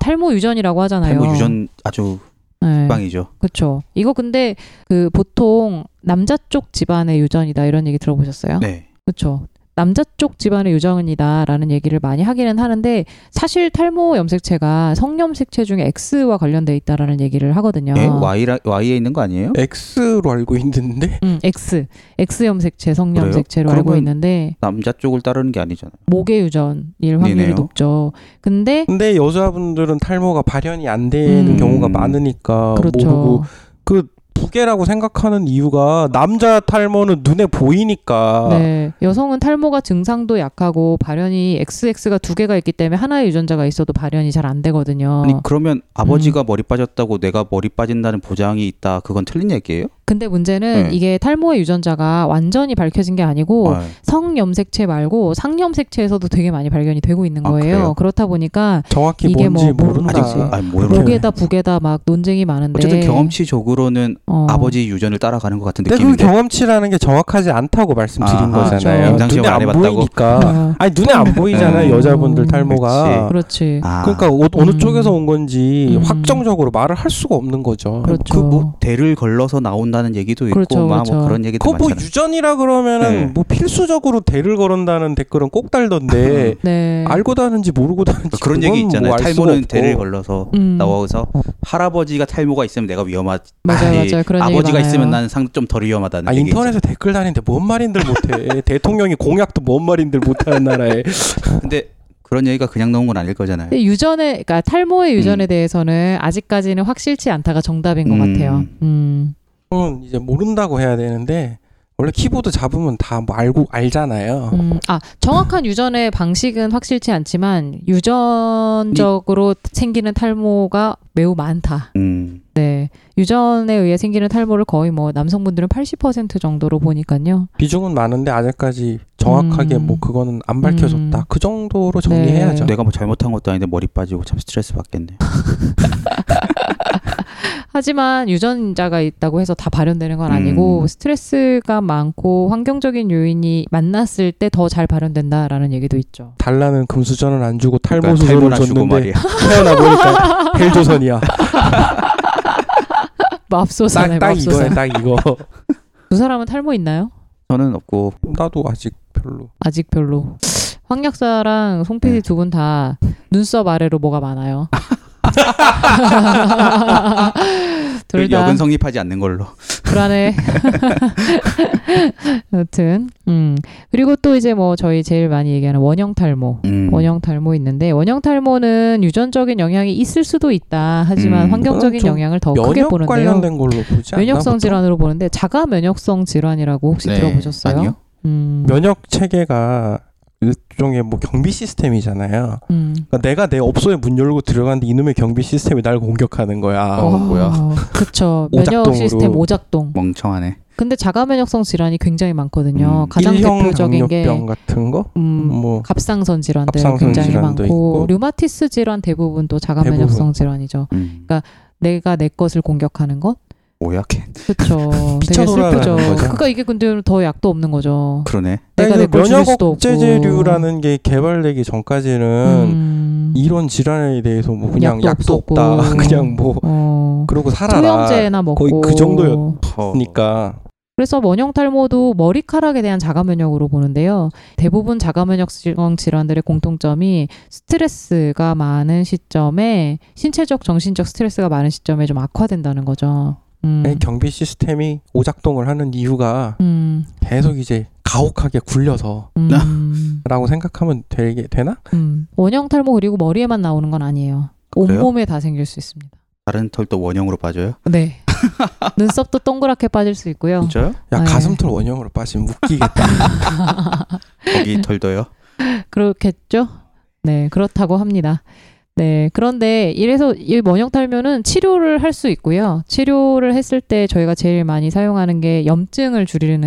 Speaker 3: 탈모 유전이라고 하잖아요.
Speaker 6: 탈모 유전 아주
Speaker 3: 네.
Speaker 6: 빵이죠.
Speaker 3: 그렇죠. 이거 근데 그 보통 남자 쪽 집안의 유전이다 이런 얘기 들어보셨어요?
Speaker 6: 네.
Speaker 3: 그렇죠. 남자 쪽 집안의 유전이다라는 얘기를 많이 하기는 하는데 사실 탈모 염색체가 성염색체 중에 X와 관련돼 있다라는 얘기를 하거든요.
Speaker 6: 예? Y라, Y에 있는 거 아니에요?
Speaker 3: 네.
Speaker 5: X로 알고 있는데 (laughs)
Speaker 3: 음, X, X 염색체, 성염색체로
Speaker 6: 그래요?
Speaker 3: 알고
Speaker 6: 그러면-
Speaker 3: 있는데
Speaker 6: 남자 쪽을 따르는 게 아니잖아요.
Speaker 3: 목의 유전일 확률이
Speaker 6: 이네요.
Speaker 3: 높죠. 근데
Speaker 5: 근데 여자분들은 탈모가 발현이 안 되는
Speaker 3: 음.
Speaker 5: 경우가 많으니까
Speaker 6: 아,
Speaker 5: 모르고
Speaker 3: 그렇죠.
Speaker 5: 부계라고 생각하는 이유가 남자 탈모는 눈에 보이니까
Speaker 6: 아.
Speaker 3: 네, 여성은 탈모가 증상도 약하고 발현이 XX가 두 개가 있기 때문에 하나의 유전자가 있어도 발현이 잘 안 되거든요.
Speaker 6: 아니 그러면 아버지가
Speaker 3: 음.
Speaker 6: 머리 빠졌다고 내가 머리 빠진다는 보장이 있다. 그건 틀린 얘기예요?
Speaker 3: 근데 문제는
Speaker 6: 네.
Speaker 3: 이게 탈모의 유전자가 완전히 밝혀진 게 아니고
Speaker 6: 아,
Speaker 3: 성염색체 말고 상염색체에서도 되게 많이 발견이 되고 있는
Speaker 6: 아,
Speaker 3: 거예요.
Speaker 6: 그래요?
Speaker 3: 그렇다 보니까
Speaker 5: 정확히
Speaker 3: 이게
Speaker 5: 뭔지
Speaker 3: 뭐
Speaker 5: 모른다.
Speaker 3: 모르는 거지.
Speaker 6: 아니 뭐
Speaker 5: 그렇죠.
Speaker 3: 목에다 북에다 막 논쟁이 많은데
Speaker 6: 어쨌든 경험치적으로는
Speaker 3: 네. 어. 네,
Speaker 6: 아버지 유전을 따라가는 것 같은
Speaker 5: 근데 그
Speaker 6: 느낌인데.
Speaker 5: 경험치라는 게 정확하지 않다고 말씀드린 거잖아요.
Speaker 6: 아하,
Speaker 3: 그렇죠.
Speaker 5: 눈에
Speaker 6: 임상시험을
Speaker 5: 안
Speaker 6: 안 해봤다고?
Speaker 3: (laughs)
Speaker 5: 보이니까.
Speaker 3: 아,
Speaker 5: 아니 눈에 안 보이잖아요.
Speaker 6: 음.
Speaker 5: 여자분들
Speaker 6: 그렇지.
Speaker 5: 탈모가.
Speaker 3: 그렇지.
Speaker 6: 아,
Speaker 5: 그러니까 어, 어느
Speaker 3: 음.
Speaker 5: 쪽에서 온 건지
Speaker 3: 음.
Speaker 5: 확정적으로 말을 할 수가 없는 거죠.
Speaker 3: 그렇- 그렇죠.
Speaker 6: 그뭐 대를 걸러서 나온다는 얘기도 있고
Speaker 3: 그렇죠,
Speaker 6: 막뭐
Speaker 3: 그렇죠.
Speaker 6: 그런 얘기도
Speaker 5: 그거 뭐
Speaker 6: 많잖아요.
Speaker 5: 유전이라 그러면은
Speaker 6: 네.
Speaker 5: 뭐 필수적으로 대를 거른다는 댓글은 꼭 달던데
Speaker 3: 네.
Speaker 5: 알고 다는지 모르고 다는지
Speaker 6: 그러니까 그런 얘기
Speaker 5: 그건
Speaker 6: 있잖아요.
Speaker 5: 뭐알 수가
Speaker 6: 탈모는
Speaker 5: 없고.
Speaker 6: 대를 걸러서
Speaker 3: 음.
Speaker 6: 나와서 할아버지가 탈모가 있으면 내가 위험하지.
Speaker 3: 맞아요, 맞아요. 그런 얘기
Speaker 6: 아버지가
Speaker 3: 많아요.
Speaker 6: 있으면 나는 상 좀 덜 위험하다는
Speaker 5: 아
Speaker 6: 얘기.
Speaker 5: 인터넷에 댓글 달리는데 뭔 말인들
Speaker 6: (laughs)
Speaker 5: 못해 대통령이 공약도 뭔 말인들 못하는 나라에
Speaker 6: 있잖아요. 근데 그런 얘기가 그냥 나온 건 아닐 거잖아요.
Speaker 3: 근데 유전에 그러니까 탈모의 유전에
Speaker 6: 음.
Speaker 3: 대해서는 아직까지는 확실치 않다가 정답인 것
Speaker 6: 음.
Speaker 3: 같아요. 음.
Speaker 5: 저는 이제 모른다고 해야 되는데 원래 키보드 잡으면 다뭐 알고 알잖아요.
Speaker 3: 음, 아 정확한 유전의 방식은 확실치 않지만 유전적으로 생기는 탈모가 매우 많다.
Speaker 6: 음.
Speaker 3: 네, 유전에 의해 생기는 탈모를 거의 뭐 남성분들은 80% 정도로 보니까요.
Speaker 5: 비중은 많은데 아직까지 정확하게
Speaker 3: 음.
Speaker 5: 뭐 그거는 안 밝혀졌다.
Speaker 3: 음.
Speaker 5: 그 정도로 정리해야죠.
Speaker 3: 네.
Speaker 6: 내가 뭐 잘못한 것도 아닌데 머리 빠지고 참 스트레스 받겠네.
Speaker 3: 하지만 유전자가 있다고 해서 다 발현되는 건 아니고
Speaker 6: 음.
Speaker 3: 스트레스가 많고 환경적인 요인이 만났을 때 더 잘 발현된다라는 얘기도 있죠.
Speaker 5: 달라는 금수저는 안 주고 탈모
Speaker 6: 그러니까
Speaker 5: 수저를
Speaker 6: 탈모나 주고
Speaker 5: 줬는데
Speaker 6: 말이야.
Speaker 5: (laughs) 태어나 보니까
Speaker 3: (laughs)
Speaker 5: 헬조선이야.
Speaker 3: 아, 맙소사네,
Speaker 5: 딱딱 이거야,
Speaker 3: 맙소사.
Speaker 5: 딱 이거.
Speaker 3: 두 사람은 탈모 있나요?
Speaker 6: 저는 없고
Speaker 5: 나도 아직 별로.
Speaker 3: 아직 별로. 황 약사랑 송 PD
Speaker 6: 네.
Speaker 3: 두 분 다 눈썹 아래로 뭐가
Speaker 5: (laughs)
Speaker 3: 많아요. 둘 다
Speaker 6: 여근 그 성립하지 않는 걸로.
Speaker 5: (laughs)
Speaker 3: 불안해. (laughs) 여튼 음 그리고 또 이제 뭐 저희 제일 많이 얘기하는 원형 탈모.
Speaker 6: 음.
Speaker 3: 원형 탈모 있는데 원형 탈모는 유전적인 영향이 있을 수도 있다. 하지만
Speaker 6: 음,
Speaker 3: 환경적인
Speaker 5: 그건 어, 좀
Speaker 3: 영향을 더 어, 크게
Speaker 5: 면역
Speaker 3: 보는데요.
Speaker 5: 관련된 걸로 보지 않나?
Speaker 3: 면역성
Speaker 5: 보통?
Speaker 3: 질환으로 보는데 자가 면역성 질환이라고 혹시
Speaker 6: 네.
Speaker 3: 들어보셨어요?
Speaker 6: 아니요.
Speaker 3: 음.
Speaker 5: 면역 체계가 일종의 뭐 경비 시스템이잖아요.
Speaker 3: 음.
Speaker 5: 그러니까 내가 내 업소에 문 열고 들어갔는데 이놈의 경비 시스템이 날 공격하는 거야.
Speaker 6: 어, 뭐야.
Speaker 3: 아, 그쵸.
Speaker 5: (laughs) 오작동으로.
Speaker 3: 면역 시스템 오작동.
Speaker 6: 멍청하네.
Speaker 3: 근데 자가 면역성 질환이 굉장히 많거든요.
Speaker 6: 음.
Speaker 3: 가장
Speaker 5: 일형
Speaker 3: 대표적인 게
Speaker 5: 당뇨병 같은 거?
Speaker 3: 음,
Speaker 5: 뭐
Speaker 3: 갑상선 질환들
Speaker 5: 갑상선
Speaker 3: 굉장히
Speaker 5: 질환도
Speaker 3: 많고
Speaker 5: 있고.
Speaker 3: 류마티스 질환 대부분 또 자가
Speaker 5: 대부분.
Speaker 3: 면역성 질환이죠.
Speaker 6: 음.
Speaker 3: 그러니까 내가 내 것을 공격하는 것.
Speaker 6: 오약해.
Speaker 3: 그렇죠.
Speaker 5: 미쳐
Speaker 3: 되게 슬프죠.
Speaker 5: 돌아가는 거죠.
Speaker 3: 그러니까 이게 근데 더 약도 없는 거죠.
Speaker 6: 그러네.
Speaker 3: 내가 내
Speaker 5: 그러니까
Speaker 3: 걸
Speaker 5: 그
Speaker 3: 죽일
Speaker 5: 면역
Speaker 3: 수도 없고.
Speaker 5: 억제제류라는 게 개발되기 전까지는
Speaker 3: 음,
Speaker 5: 이런 질환에 대해서 뭐 그냥
Speaker 3: 약도
Speaker 5: 약도,
Speaker 3: 없었고.
Speaker 5: 없다 (laughs) 그냥 뭐
Speaker 3: 어,
Speaker 5: 그러고 살아라
Speaker 3: 투영제나 먹고
Speaker 5: 거의 그 정도였-
Speaker 6: 어,
Speaker 5: 그러니까
Speaker 3: 그래서 원형 탈모도 머리카락에 대한 자가 면역으로 보는데요. 대부분 자가 면역성 질환들의 공통점이 스트레스가 많은 시점에 신체적 정신적 스트레스가 많은 시점에 좀 악화된다는 거죠. 음.
Speaker 5: 경비 시스템이 오작동을 하는 이유가
Speaker 3: 음.
Speaker 5: 계속 이제 가혹하게 굴려서
Speaker 3: 음.
Speaker 5: 라고 생각하면 되게 되나?
Speaker 3: 음. 원형 탈모 그리고 머리에만 나오는 건 아니에요.
Speaker 6: 그래요?
Speaker 3: 온몸에 다 생길 수 있습니다.
Speaker 6: 다른 털도 원형으로 빠져요?
Speaker 3: 네. (laughs) 눈썹도 동그랗게 빠질 수 있고요.
Speaker 6: 진짜요?
Speaker 5: 야
Speaker 3: 네. 아,
Speaker 5: 가슴털 원형으로 빠지면 웃기겠다.
Speaker 3: (laughs)
Speaker 6: 거기 털도요?
Speaker 3: 그렇겠죠? 네, 그렇다고 합니다. 네, 그런데 이래서 이 원형 탈면은 치료를 할 수 있고요. 치료를 했을 때 저희가 제일 많이 사용하는 게 염증을 줄이는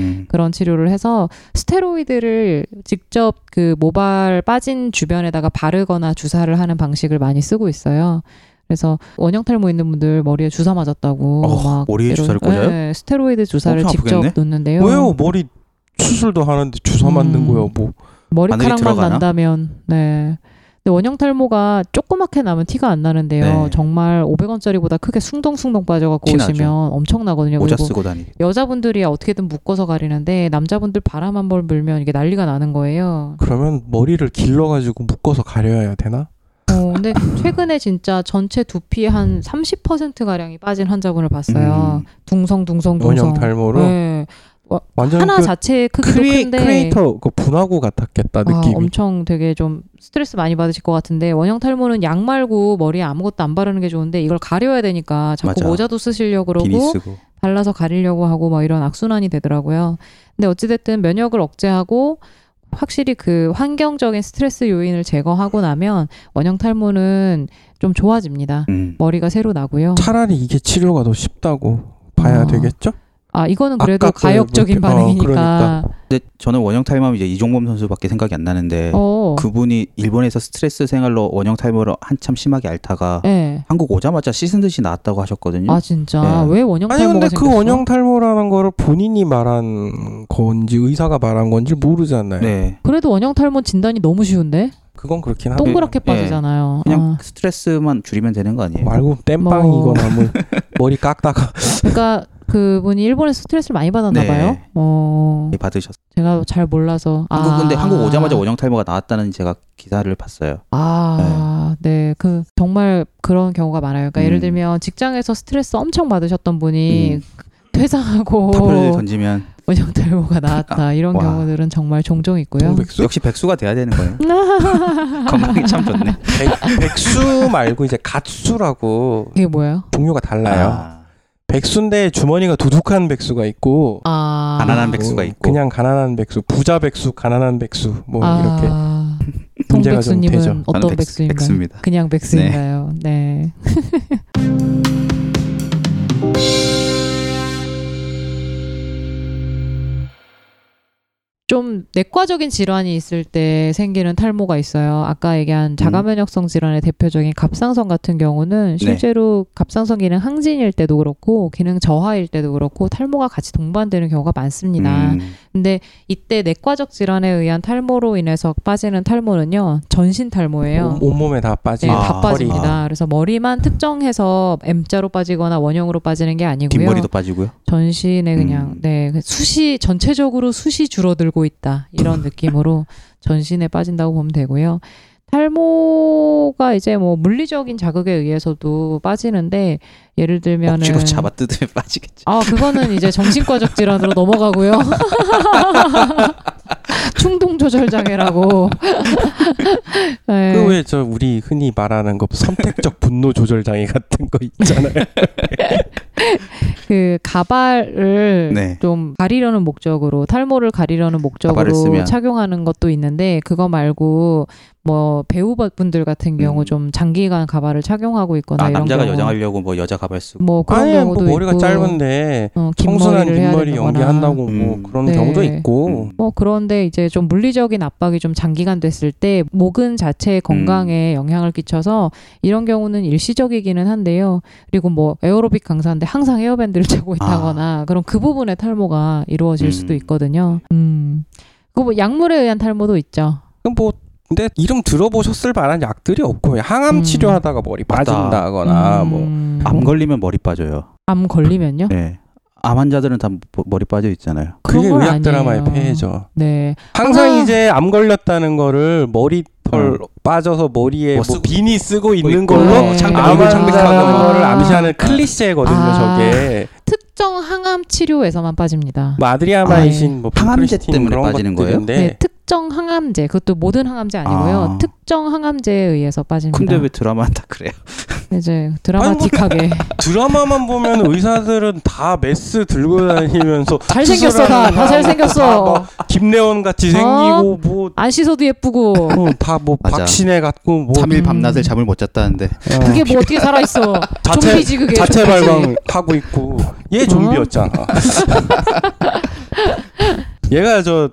Speaker 6: 음.
Speaker 3: 그런 치료를 해서 스테로이드를 직접 그 모발 빠진 주변에다가 바르거나 주사를 하는 방식을 많이 쓰고 있어요. 그래서 원형 탈모 있는 분들 머리에 주사 맞았다고
Speaker 6: 어,
Speaker 3: 막
Speaker 6: 머리에 주사를 꽂아요?
Speaker 3: 네, 스테로이드 주사를
Speaker 6: 엄청
Speaker 3: 직접
Speaker 6: 아프겠네?
Speaker 3: 놓는데요.
Speaker 5: 왜요? 머리 수술도 하는데 주사
Speaker 3: 음.
Speaker 5: 맞는 거야 뭐.
Speaker 6: 바늘이
Speaker 3: 머리카락만
Speaker 6: 들어가나?
Speaker 3: 난다면 네. 근데 원형 탈모가 조그맣게 나면 티가 안 나는데요.
Speaker 6: 네.
Speaker 3: 정말 500원짜리보다 크게 숭덩숭덩 빠져갖고
Speaker 6: 티 나죠.
Speaker 3: 오시면 엄청나거든요.
Speaker 6: 모자
Speaker 3: 그리고 뭐
Speaker 6: 쓰고 다니.
Speaker 3: 여자분들이 어떻게든 묶어서 가리는데 남자분들 바람 한 번 불면 이게 난리가 나는 거예요.
Speaker 5: 그러면 머리를 길러가지고 묶어서 가려야 되나?
Speaker 3: 어, 근데 최근에 진짜 전체 두피의 한 30% 가량이 빠진 환자분을 봤어요.
Speaker 6: 음.
Speaker 3: 둥성둥성둥성.
Speaker 5: 원형 탈모로
Speaker 3: 네.
Speaker 5: 완전
Speaker 3: 하나
Speaker 5: 그
Speaker 3: 자체의 크기도
Speaker 5: 크리,
Speaker 3: 큰데
Speaker 5: 크리에이터 그 분화구 같았겠다 느낌이.
Speaker 3: 아, 엄청 되게 좀 스트레스 많이 받으실 것 같은데 원형 탈모는 약 말고 머리에 아무것도 안 바르는 게 좋은데 이걸 가려야 되니까 자꾸
Speaker 6: 맞아.
Speaker 3: 모자도 쓰시려고 그러고
Speaker 6: 비니 쓰고.
Speaker 3: 발라서 가리려고 하고 막 이런 악순환이 되더라고요. 근데 어찌됐든 면역을 억제하고 확실히 그 환경적인 스트레스 요인을 제거하고 나면 원형 탈모는 좀 좋아집니다.
Speaker 6: 음.
Speaker 3: 머리가 새로 나고요.
Speaker 5: 차라리 이게 치료가 더 쉽다고 봐야
Speaker 3: 아.
Speaker 5: 되겠죠?
Speaker 3: 아 이거는 그래도
Speaker 5: 아까 그
Speaker 3: 가역적인
Speaker 5: 뭐, 어,
Speaker 3: 반응이니까.
Speaker 5: 그러니까.
Speaker 6: 근데 저는 원형 탈모하면 이제 이종범 선수밖에 생각이 안
Speaker 5: 예.
Speaker 6: 나는데
Speaker 3: 어,
Speaker 6: 그분이 일본에서 스트레스 생활로 원형 탈모를 한참 심하게 앓다가
Speaker 3: 예.
Speaker 6: 한국 오자마자 씻은 듯이 나았다고 하셨거든요.
Speaker 3: 아 진짜
Speaker 6: 예.
Speaker 3: 왜 원형
Speaker 5: 음? 아니
Speaker 3: 탈모가
Speaker 5: 근데 그
Speaker 3: 생겼어?
Speaker 5: 원형 탈모라는 거를 본인이 말한 건지 의사가 말한 건지 모르잖아요.
Speaker 6: 네.
Speaker 3: 그래도 원형 탈모 진단이 너무 쉬운데.
Speaker 5: 그건 그렇긴 한데
Speaker 3: 동그랗게
Speaker 6: 예.
Speaker 3: 빠지잖아요.
Speaker 6: 그냥
Speaker 3: 아,
Speaker 6: 스트레스만 줄이면 되는 거 아니에요?
Speaker 5: 말고 땜빵이거나 뭐 머리
Speaker 3: (laughs)
Speaker 5: 깎다가
Speaker 3: 그러니까 그분이 일본에서 스트레스를 많이 받았나
Speaker 6: 네.
Speaker 3: 봐요. 어,
Speaker 6: 예, 받으셨어요.
Speaker 3: 제가 잘 몰라서.
Speaker 6: 한국
Speaker 3: 아,
Speaker 6: 근데 한국 오자마자 원형 탈모가 나왔다는 제가 기사를 봤어요.
Speaker 3: 아, 네, 그 정말 그런 경우가 많아요. 그러니까 예를
Speaker 6: 음.
Speaker 3: 들면 직장에서 스트레스 엄청 받으셨던 분이
Speaker 6: 음.
Speaker 3: 퇴사하고
Speaker 6: 타표를 던지면
Speaker 3: 원형 탈모가 나왔다 이런
Speaker 6: 아, 와.
Speaker 3: 경우들은 정말 종종 있고요. (laughs)
Speaker 5: 동백수
Speaker 6: 역시 백수가 돼야 되는 거예요. 건강이 참 좋네.
Speaker 5: 백, 백수 말고 이제 갓수라고
Speaker 3: 그게 뭐예요?
Speaker 5: 종류가 달라요.
Speaker 6: 아,
Speaker 5: 백수인데 주머니가 두둑한 백수가 있고
Speaker 3: 아,
Speaker 6: 가난한
Speaker 5: 뭐
Speaker 6: 백수가 있고.
Speaker 5: 그냥 가난한 백수, 부자 백수, 가난한 백수 뭐 이렇게
Speaker 3: 아,
Speaker 5: 문제가 좀 되죠.
Speaker 3: 동백수님은
Speaker 6: 나는
Speaker 3: 어떤 백수인가요?
Speaker 6: 백수- 백수입니다.
Speaker 3: 그냥 백수인가요? 네.
Speaker 6: (laughs)
Speaker 3: 좀 내과적인 질환이 있을 때 생기는 탈모가 있어요. 아까 얘기한 자가면역성 질환의 대표적인 갑상선 같은 경우는
Speaker 6: 음. 네.
Speaker 3: 실제로 갑상선 기능 항진일 때도 그렇고 기능 저하일 때도 그렇고 탈모가 같이 동반되는 경우가 많습니다.
Speaker 6: 음,
Speaker 3: 근데 이때 내과적 질환에 의한 탈모로 인해서 빠지는 탈모는요 전신 탈모예요.
Speaker 5: 온, 몸에다 빠지.
Speaker 3: 네,
Speaker 6: 아,
Speaker 3: 다 빠집니다. 그래서 머리만 특정해서 M자로 빠지거나 원형으로 빠지는 게 아니고요.
Speaker 6: 뒷머리도 빠지고요.
Speaker 3: 전신에 그냥
Speaker 6: 음.
Speaker 3: 네 수시 전체적으로 수시 줄어들고 있다 이런
Speaker 6: (laughs)
Speaker 3: 느낌으로 전신에 빠진다고 보면 되고요. 탈모가 이제 뭐 물리적인 자극에 의해서도 빠지는데 예를 들면은
Speaker 6: 어, 억지로 잡아 뜯으면 (laughs) 빠지겠죠.
Speaker 3: 아, 그거는 이제 정신과적 질환으로
Speaker 6: (laughs)
Speaker 3: 넘어가고요. 충동 조절
Speaker 6: (laughs)
Speaker 3: 장애라고. 네.
Speaker 5: 그 왜 저 우리 흔히 말하는 거 선택적 분노 조절 장애 같은 거 있잖아요.
Speaker 3: 그 가발을
Speaker 6: 네.
Speaker 3: 좀 가리려는 목적으로 탈모를 가리려는
Speaker 6: 가발을
Speaker 3: 목적으로
Speaker 6: 쓰면.
Speaker 3: 착용하는 것도 있는데 그거 말고 뭐 배우분들 같은 경우
Speaker 6: 음.
Speaker 3: 좀 장기간 가발을 착용하고 있거나
Speaker 6: 아,
Speaker 3: 이런
Speaker 6: 남자가
Speaker 3: 경우
Speaker 6: 여장 하려고 뭐 여자 가발 쓰고
Speaker 3: 뭐 그런
Speaker 5: 아니 뭐
Speaker 3: 경우도
Speaker 5: 머리가
Speaker 3: 있고
Speaker 5: 짧은데
Speaker 3: 어, 긴
Speaker 5: 청순한
Speaker 3: 머리를 해야
Speaker 5: 뒷머리
Speaker 3: 되거나.
Speaker 5: 연기한다고
Speaker 6: 음.
Speaker 5: 뭐 그런
Speaker 3: 네.
Speaker 5: 경우도 있고
Speaker 6: 음.
Speaker 3: 뭐 그런데 이제 좀 물리적인 압박이 좀 장기간 됐을 때 목은 자체의
Speaker 5: 음.
Speaker 3: 건강에 영향을 끼쳐서 이런 경우는 일시적이기는 한데요. 그리고 뭐 에어로빅 강사인데 항상 에어밴드를 (laughs) 차고
Speaker 5: 아.
Speaker 3: 있다거나 그럼 그 부분에 탈모가 이루어질
Speaker 6: 음.
Speaker 3: 수도 있거든요. 음. 그뭐 약물에 의한 탈모도 있죠.
Speaker 5: 그럼 뭐 근데 이름 들어보셨을 만한 약들이 없고 항암
Speaker 3: 음.
Speaker 5: 치료하다가 머리
Speaker 6: 맞다.
Speaker 5: 빠진다거나 뭐
Speaker 3: 음,
Speaker 6: 암 걸리면 머리 빠져요.
Speaker 3: 암 걸리면요?
Speaker 6: 네. 암 환자들은 다 뭐, 머- 머리 빠져 있잖아요.
Speaker 3: 그런
Speaker 5: 그게
Speaker 3: 건
Speaker 5: 의학 드라마의
Speaker 3: 아니에요.
Speaker 5: 폐해죠.
Speaker 3: 네.
Speaker 5: 항상
Speaker 3: 하나-
Speaker 5: 이제 암 걸렸다는 거를 머리털
Speaker 6: 어.
Speaker 5: 빠져서 머리에
Speaker 6: 뭐
Speaker 5: 뭐
Speaker 6: 쓰고-
Speaker 5: 비니 쓰고 있는
Speaker 6: 있고.
Speaker 5: 걸로
Speaker 3: 네.
Speaker 6: 창백,
Speaker 5: 암
Speaker 6: 얼굴
Speaker 5: 환자라는
Speaker 6: 창백하는 거.
Speaker 5: 거를
Speaker 3: 아.
Speaker 5: 암시하는 클리셰거든요.
Speaker 3: 아.
Speaker 5: 저게
Speaker 3: 특정 항암 치료에서만 빠집니다.
Speaker 5: 뭐 아드리아마이신, 뭐
Speaker 6: 항암제
Speaker 5: 빈크리스틴
Speaker 6: 때문에
Speaker 5: 그런
Speaker 6: 빠지는
Speaker 5: 것들인데
Speaker 3: 네, 특정 특정 항암제 그것도 모든 항암제 아니고요.
Speaker 6: 아.
Speaker 3: 특정 항암제에 의해서 빠집니다.
Speaker 6: 근데 왜 드라마는 다 (laughs) 그래요?
Speaker 3: 이제 (laughs) 드라마틱하게
Speaker 5: 드라마만 보면 의사들은 다 메스 들고 다니면서
Speaker 3: (laughs) 잘생겼어 어?
Speaker 5: 수술하는
Speaker 3: 다, 다
Speaker 5: 사람 다
Speaker 3: 잘생겼어.
Speaker 5: 막 김래원 같이 생기고 뭐
Speaker 3: 안 씻어도 예쁘고
Speaker 5: 다 뭐
Speaker 6: 맞아.
Speaker 5: 박신혜 같고 뭐
Speaker 6: 3일
Speaker 3: 음.
Speaker 6: 밤낮을 잠을 못 잤다는데
Speaker 5: 어,
Speaker 3: 그게 뭐 어떻게 살아 있어?
Speaker 5: 자체
Speaker 3: 좀비지 그게.
Speaker 5: 자체
Speaker 3: 좀비지.
Speaker 5: 발광하고 있고 얘 좀비였잖아.
Speaker 3: 어?
Speaker 5: (laughs) 얘가 저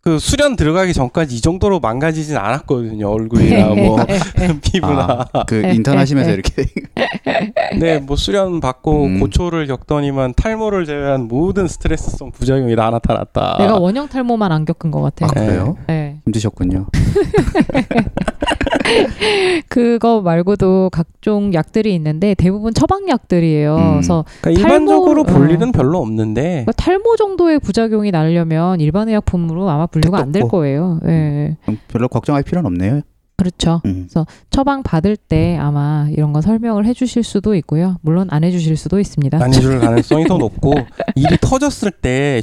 Speaker 5: 그 수련 들어가기 전까지 이 정도로 망가지진 않았거든요 얼굴이나
Speaker 3: 네.
Speaker 5: 뭐 (laughs) 피부나.
Speaker 6: 아, 그
Speaker 3: 에,
Speaker 6: 인턴
Speaker 3: 에,
Speaker 6: 하시면서
Speaker 3: 에.
Speaker 6: 이렇게
Speaker 5: 네, 뭐 수련 받고
Speaker 6: 아. 음.
Speaker 5: 고초를 겪더니만 탈모를 제외한 모든 스트레스성 부작용이 다 나타났다.
Speaker 3: 내가 원형 탈모만 안 겪은 것 같아.
Speaker 6: 아,
Speaker 3: 요
Speaker 6: 그래요?
Speaker 3: 네.
Speaker 6: 힘드셨군요.
Speaker 3: 그거 말고도 각종 약들이 있는데 대부분 처방약들이에요.
Speaker 6: 음.
Speaker 3: 그래서
Speaker 5: 그러니까
Speaker 3: 탈모-
Speaker 5: 일반적으로 볼
Speaker 3: 어.
Speaker 5: 일은 별로 없는데
Speaker 3: 그러니까 탈모 정도의 부작용이 나려면 일반 의약품으로 아마 분류가 안 될
Speaker 6: 택도 음.
Speaker 3: 거예요. 예.
Speaker 6: 그럼 별로 걱정할 필요는 없네요.
Speaker 3: 그렇죠.
Speaker 6: 음.
Speaker 3: 처방 받을 때 아마 이런 거 설명을 해주실 수도 있고요. 물론 안 해주실 수도 있습니다.
Speaker 5: 안
Speaker 3: (laughs)
Speaker 5: 해줄 가능성이 더 높고 일이 터졌을 때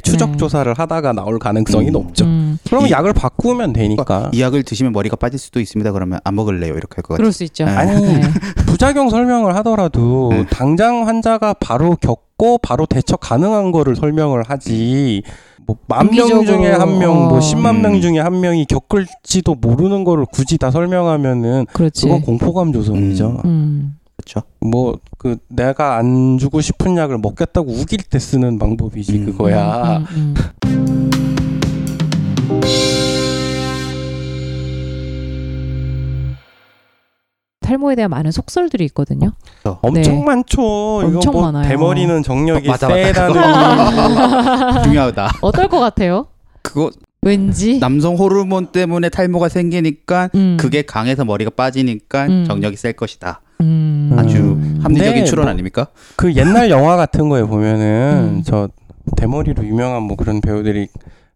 Speaker 3: 네.
Speaker 5: 추적 조사를 하다가 나올 가능성이
Speaker 6: 음.
Speaker 5: 높죠.
Speaker 3: 음,
Speaker 5: 그러면
Speaker 6: 이-
Speaker 5: 약을 바꾸면 되니까
Speaker 6: 그러니까 이 약을 드시면 머리가 빠질 수도 있습니다. 그러면 안 먹을래요. 이렇게 할 것 같아요.
Speaker 3: 그럴 수 있죠.
Speaker 6: 네.
Speaker 5: 아니
Speaker 3: 네.
Speaker 5: 부작용 설명을 하더라도
Speaker 6: 네.
Speaker 5: 당장 환자가 바로 겪고 바로 대처 가능한 거를 설명을 하지 뭐 만 명
Speaker 3: 단기적으로,
Speaker 5: 중에 한 명 뭐
Speaker 3: 어.
Speaker 5: 10만 명
Speaker 6: 음.
Speaker 5: 중에 한 명이 겪을지도 모르는 거를 굳이 다 설명하면은
Speaker 3: 그렇지.
Speaker 5: 그건 공포감 조성이죠.
Speaker 3: 음,
Speaker 6: 그렇죠.
Speaker 5: 뭐 그 내가 안 주고 싶은 약을 먹겠다고 우길 때 쓰는 방법이지
Speaker 6: 음.
Speaker 5: 그거야.
Speaker 3: 음, 음, 음. 탈모에 대한 많은 속설들이 있거든요.
Speaker 5: 엄청
Speaker 3: 네.
Speaker 5: 많죠. 이거
Speaker 3: 엄청
Speaker 5: 뭐
Speaker 3: 많아요.
Speaker 5: 대머리는 정력이
Speaker 6: 맞아, 맞아.
Speaker 5: 세다는
Speaker 3: 음.
Speaker 6: 중요하다.
Speaker 3: (laughs) 어떨 것 같아요?
Speaker 6: 그거
Speaker 3: 왠지
Speaker 6: 남성 호르몬 때문에 탈모가 생기니까
Speaker 3: 음,
Speaker 6: 그게 강해서 머리가 빠지니까
Speaker 3: 음.
Speaker 6: 정력이 셀 것이다.
Speaker 3: 음.
Speaker 6: 아주 합리적인
Speaker 5: 네,
Speaker 6: 추론
Speaker 5: 뭐-
Speaker 6: 아닙니까?
Speaker 5: (laughs) 그 옛날 영화 같은 거에 보면은
Speaker 3: 음.
Speaker 5: 저 대머리로 유명한 뭐 그런 배우들이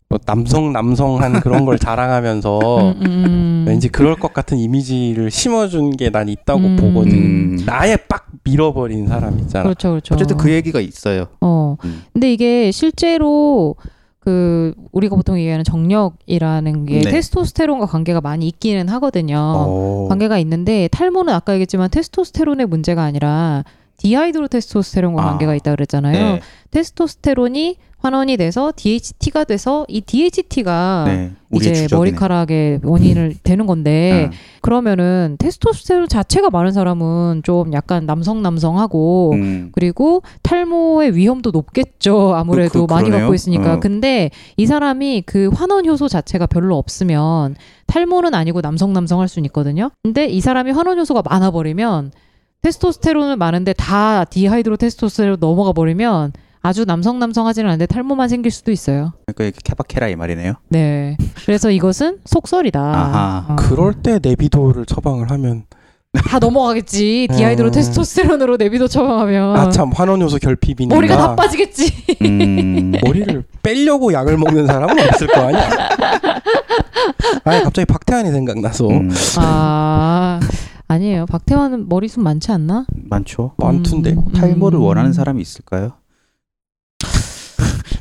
Speaker 5: 뭐 남성 남성한 그런 걸 자랑하면서
Speaker 3: (laughs) 음, 음, 음.
Speaker 5: 왠지 그럴 것 같은 이미지를 심어준 게 난 있다고
Speaker 3: 음.
Speaker 5: 보거든.
Speaker 6: 음.
Speaker 5: 아예 빡 밀어버린 사람 있잖아.
Speaker 3: 그렇죠, 그렇죠.
Speaker 6: 어쨌든 그 얘기가 있어요.
Speaker 3: 어.
Speaker 6: 음.
Speaker 3: 근데 이게 실제로 그 우리가 보통 얘기하는 정력이라는 게
Speaker 6: 네. 어.
Speaker 3: 테스토스테론과 관계가 많이 있기는 하거든요.
Speaker 5: 어.
Speaker 6: 오.
Speaker 3: 관계가 있는데 탈모는 아까 얘기했지만 테스토스테론의 문제가 아니라 디하이드로 테스토스테론과
Speaker 6: 아.
Speaker 3: 관계가 있다 그랬잖아요.
Speaker 6: 네.
Speaker 3: 테스토스테론이 환원이 돼서 DHT가 돼서 이 DHT가
Speaker 6: 네. 우리의
Speaker 3: 그러니까 이제
Speaker 6: 추적이네.
Speaker 3: 머리카락의
Speaker 6: (laughs)
Speaker 3: 원인을 되는 건데
Speaker 6: 아.
Speaker 3: 그러면은 테스토스테론 자체가 많은 사람은 좀 약간 남성 남성하고
Speaker 6: 음.
Speaker 3: 그리고 탈모의 위험도 높겠죠. 아무래도
Speaker 6: 그- 그-
Speaker 3: 많이
Speaker 6: 그러네요.
Speaker 3: 받고 있으니까.
Speaker 6: 어.
Speaker 3: 근데 이 사람이 그 환원 효소 자체가 별로 없으면 탈모는 아니고 남성 남성 할 수는 있거든요. 근데 이 사람이 환원 효소가 많아 버리면 테스토스테론은 많은데 다 디하이드로 테스토스테론 넘어가 버리면 아주 남성 남성 하지는 않는데 탈모만 생길 수도 있어요.
Speaker 6: 그러니까 이렇게 케바케라 이 말이네요.
Speaker 3: 네. 그래서 이것은 속설이다.
Speaker 6: 아하.
Speaker 3: 어.
Speaker 5: 그럴 때 내비도를 처방을 하면
Speaker 3: 다 넘어가겠지. 디하이드로
Speaker 5: 음.
Speaker 3: 테스토스테론으로 내비도 처방하면
Speaker 5: 아 참 환원 요소 결핍이니까
Speaker 3: 어.
Speaker 6: 아.
Speaker 3: 머리가 다 빠지겠지.
Speaker 6: 음.
Speaker 5: 머리를 빼려고 약을 먹는 사람은 없을 거 아니야.
Speaker 3: (laughs)
Speaker 5: 아니 갑자기 박태환이 생각나서
Speaker 6: 음.
Speaker 3: 아 아니에요. 박태환은 머리숱 많지 않나?
Speaker 6: 많죠.
Speaker 5: 많던데
Speaker 3: 음.
Speaker 6: 탈모를 원하는 사람이 있을까요?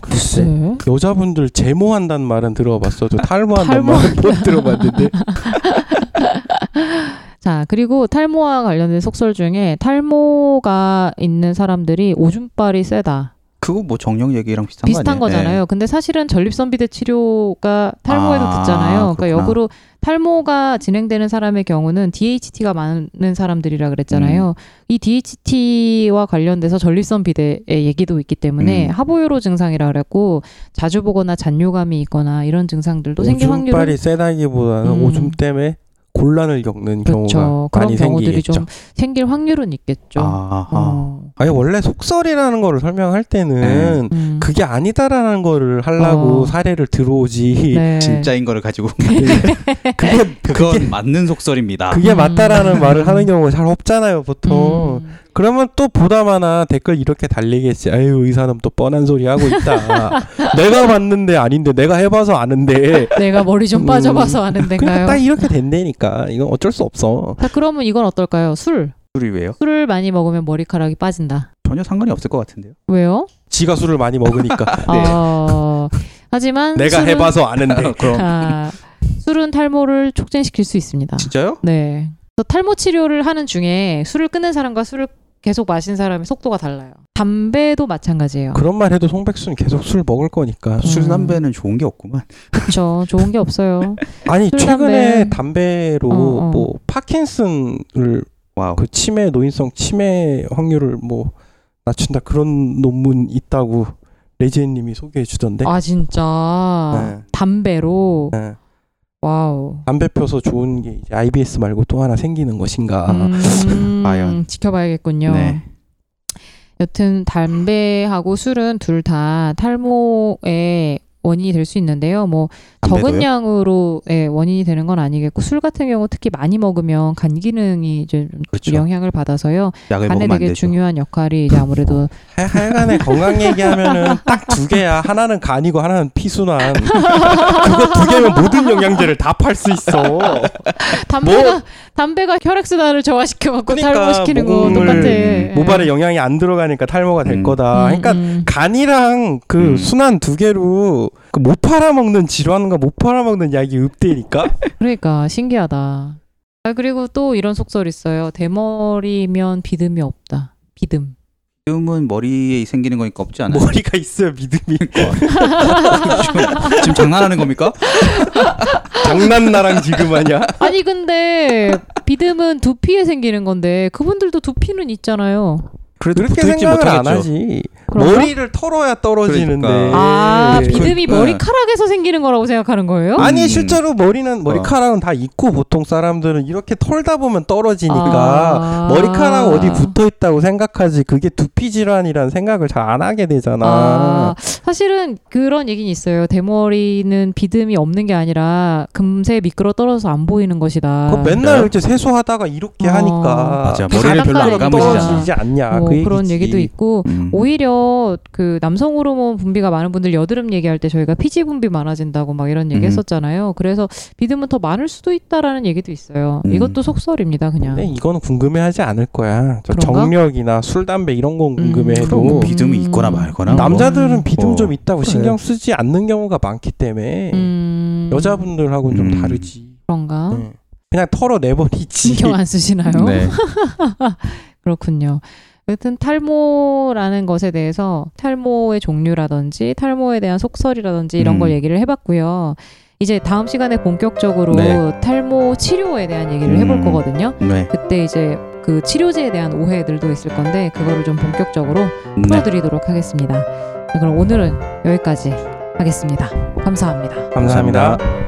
Speaker 6: 글쎄.
Speaker 3: 네.
Speaker 5: 여자분들 제모한다는 말은 들어봤어도 탈모한다는
Speaker 3: 탈모.
Speaker 5: 말은 못
Speaker 3: (laughs)
Speaker 5: 들어봤는데
Speaker 3: 자 그리고 탈모와 관련된 속설 중에 탈모가 있는 사람들이 오줌발이 세다
Speaker 6: 그거 뭐 정력 얘기랑 비슷한
Speaker 3: 비슷한
Speaker 5: 네.
Speaker 6: 거 아니에요? 네.
Speaker 3: 거잖아요. 근데 사실은 전립선비대 치료가 탈모에도
Speaker 6: 아,
Speaker 3: 듣잖아요. 그러니까
Speaker 6: 그렇구나.
Speaker 3: 역으로 탈모가 진행되는 사람의 경우는 DHT가 많은 사람들이라
Speaker 5: 음.
Speaker 3: 그랬잖아요. 이 DHT와 관련돼서 전립선비대의 얘기도 있기 때문에
Speaker 6: 음.
Speaker 3: 하보요로 증상이라 그랬고 자주 보거나 잔뇨감이 있거나 이런 증상들도 생길 확률은
Speaker 5: 오줌빨이 세다기보다는
Speaker 3: 음.
Speaker 5: 오줌 때문에 곤란을 겪는
Speaker 3: 그렇죠.
Speaker 5: 경우가
Speaker 3: 그런
Speaker 5: 많이
Speaker 3: 경우들이
Speaker 5: 생기겠죠.
Speaker 3: 좀 생길 확률은 있겠죠.
Speaker 6: 아하.
Speaker 3: 어.
Speaker 5: 아니 원래 속설이라는 거를 설명할 때는
Speaker 3: 음.
Speaker 5: 그게 아니다라는 거를 하려고
Speaker 3: 어.
Speaker 5: 사례를 들어오지
Speaker 3: 네.
Speaker 6: 진짜인 거를 가지고
Speaker 5: (laughs) 그게
Speaker 6: 그건 맞는 속설입니다.
Speaker 5: 그게
Speaker 3: 음.
Speaker 5: 맞다라는 말을 하는 경우가 잘 없잖아요 보통
Speaker 3: 음.
Speaker 5: 그러면 또 보다마나 댓글 이렇게 달리겠지. 아유 의사는 또 뻔한 소리 하고 있다. (laughs) 내가 봤는데 아닌데 내가 해봐서 아는데.
Speaker 3: 내가 머리 좀
Speaker 5: 음.
Speaker 3: 빠져봐서 아는 데인가요?
Speaker 5: 그러니까 딱 이렇게 된다니까. 이건 어쩔 수 없어.
Speaker 3: 자, 그러면 이건 어떨까요? 술.
Speaker 6: 술이 왜요?
Speaker 3: 술을 많이 먹으면 머리카락이 빠진다.
Speaker 6: 그 전혀 상관이 없을 것 같은데요.
Speaker 3: 왜요?
Speaker 5: 지가
Speaker 3: (laughs)
Speaker 5: 술을 많이 먹으니까.
Speaker 3: 어, 하지만
Speaker 5: 아, 네. 내가
Speaker 3: 술은- 그렇죠.
Speaker 5: 해봐서 네. 아는데.
Speaker 6: 그럼
Speaker 3: 아, 술은 탈모를 촉진시킬 수 있습니다.
Speaker 6: 진짜요?
Speaker 3: 네. 또 탈모 치료를 하는 중에 술을 끊는 사람과 술을 계속 마신 사람의 속도가 달라요. 담배도 마찬가지예요.
Speaker 5: 그런 말 해도 송백수는 계속 술 먹을 거니까.
Speaker 6: 술
Speaker 3: 음.
Speaker 6: 담배는 좋은 게 없구만.
Speaker 3: 그렇죠. 좋은 게
Speaker 5: (laughs)
Speaker 3: 없어요.
Speaker 5: 아니
Speaker 3: 술, 담배.
Speaker 5: 최근에 담배로
Speaker 3: 어, 어.
Speaker 5: 뭐 파킨슨을
Speaker 6: 와우.
Speaker 5: 그 치매 노인성 치매 확률을 뭐 낮춘다 그런 논문 있다고 레제이님이 소개해 주던데.
Speaker 3: 아 진짜
Speaker 5: 네.
Speaker 3: 담배로
Speaker 5: 네.
Speaker 3: 와우.
Speaker 5: 담배 펴서 좋은 게 이제 IBS 말고 또 하나 생기는 것인가.
Speaker 3: 음,
Speaker 6: 아, 과연.
Speaker 3: 지켜봐야겠군요.
Speaker 6: 네.
Speaker 3: 여튼 담배하고 술은 둘 다 탈모의 원인이 될 수 있는데요. 뭐 적은
Speaker 6: 담배도요?
Speaker 3: 양으로 예, 원인이 되는 건 아니겠고 술 같은 경우 특히 많이 먹으면 간 기능이 이제 좀
Speaker 6: 그렇죠.
Speaker 3: 영향을 받아서요.
Speaker 6: 약을
Speaker 3: 간에
Speaker 6: 먹으면 안
Speaker 3: 되게
Speaker 6: 되죠. 뭐?
Speaker 3: 중요한 역할이 이제 아무래도
Speaker 5: 하- 하여간에 건강 얘기하면은 딱 두 개야. 하나는 간이고 하나는 피순환. 그거 두 개면 모든 영양제를 다 팔 수 있어.
Speaker 3: 담배가 담배가 혈액순환을 저하시켜 갖고
Speaker 6: 그러니까
Speaker 3: 탈모시키는 거
Speaker 5: 모공을
Speaker 3: 똑같아. 예.
Speaker 5: 모발에 영양이 안 들어가니까 탈모가 될
Speaker 6: 음.
Speaker 5: 거다.
Speaker 3: 음,
Speaker 5: 그러니까
Speaker 3: 음.
Speaker 5: 간이랑 그
Speaker 6: 음.
Speaker 5: 순환 두 개로 그 못 팔아먹는 질환과 못 팔아먹는 약이 읍대니까.
Speaker 3: 그러니까 신기하다. 아 그리고 또 이런 속설 있어요. 대머리면 비듬이 없다.
Speaker 5: (laughs)
Speaker 3: 비듬.
Speaker 6: 지금은 머리에 생기는 거니까 없지 않아요?
Speaker 5: 머리가 있어야 믿음이.
Speaker 6: 그러니까. (laughs) 지금 장난하는 겁니까?
Speaker 5: (laughs) 장난 나랑 지금 하냐?
Speaker 3: 아니 근데 비듬은 두피에 생기는 건데 그분들도 두피는 있잖아요.
Speaker 6: 그래도
Speaker 5: 그렇게
Speaker 6: 붙어있지
Speaker 5: 생각을 안
Speaker 6: 못하겠죠.
Speaker 5: 하지.
Speaker 3: 그런가?
Speaker 5: 머리를 털어야 떨어지는데.
Speaker 6: 그러니까.
Speaker 3: 아
Speaker 5: 예.
Speaker 3: 비듬이
Speaker 6: 그- 네.
Speaker 3: 머리카락에서 생기는 거라고 생각하는 거예요?
Speaker 5: 아니
Speaker 6: 음.
Speaker 5: 실제로 머리는 머리카락은 다 있고 보통 사람들은 이렇게 털다 보면 떨어지니까
Speaker 3: 아.
Speaker 5: 머리카락 어디 붙어 있다고 생각하지 그게 두피 질환이란 생각을 잘 안 하게 되잖아.
Speaker 3: 아, 사실은 그런 얘기는 있어요. 대머리는 비듬이 없는 게 아니라 금세 미끄러 떨어져서 안 보이는 것이다.
Speaker 5: 그거 맨날 이제 세수하다가 이렇게
Speaker 3: 어.
Speaker 5: 하니까
Speaker 6: 맞아, 머리를 별로 안
Speaker 5: 그럼
Speaker 6: 감으시잖아.
Speaker 5: 떨어지지 않냐.
Speaker 3: 뭐
Speaker 5: 그
Speaker 3: 그런
Speaker 5: 얘기지.
Speaker 3: 얘기도 있고
Speaker 6: 음.
Speaker 3: 오히려 그 남성 호르몬 분비가 많은 분들 여드름 얘기할 때 저희가 피지 분비 많아진다고 막 이런 얘기
Speaker 6: 음.
Speaker 3: 했었잖아요. 그래서 비듬은 더 많을 수도 있다라는 얘기도 있어요.
Speaker 6: 음.
Speaker 3: 이것도 속설입니다, 그냥. 음.
Speaker 5: 근데 이건 궁금해하지 않을 거야. 저
Speaker 3: 그런가?
Speaker 5: 정력이나 술 담배 이런 건
Speaker 3: 음.
Speaker 5: 궁금해해도
Speaker 6: 그럼 뭐
Speaker 3: 비-
Speaker 6: 믿음이
Speaker 3: 음.
Speaker 6: 있거나 말거나 뭐.
Speaker 5: 남자들은
Speaker 6: 어.
Speaker 3: 음.
Speaker 5: 비듬 좀 있다고
Speaker 6: 그래.
Speaker 5: 신경 쓰지 않는 경우가 많기 때문에
Speaker 3: 음,
Speaker 5: 여자분들하고는
Speaker 6: 음.
Speaker 5: 좀 다르지.
Speaker 3: 그런가?
Speaker 5: 네. 그냥 털어내버리지.
Speaker 3: 신경 안 쓰시나요?
Speaker 6: 뭐. 네.
Speaker 3: 그렇군요. 여튼 탈모라는 것에 대해서 탈모의 종류라든지 탈모에 대한 속설이라든지 이런
Speaker 6: 음.
Speaker 3: 걸 얘기를 해봤고요. 이제 다음 시간에 본격적으로
Speaker 6: 네.
Speaker 3: 탈모 치료에 대한 얘기를 해볼
Speaker 6: 음.
Speaker 3: 거거든요.
Speaker 6: 네.
Speaker 3: 그때 이제 그 치료제에 대한 오해들도 있을 건데 그거를 좀 본격적으로
Speaker 6: 네.
Speaker 3: 풀어드리도록 네, 하겠습니다. 그럼 오늘은 여기까지 하겠습니다. 감사합니다.
Speaker 5: 감사합니다.
Speaker 6: 감사합니다.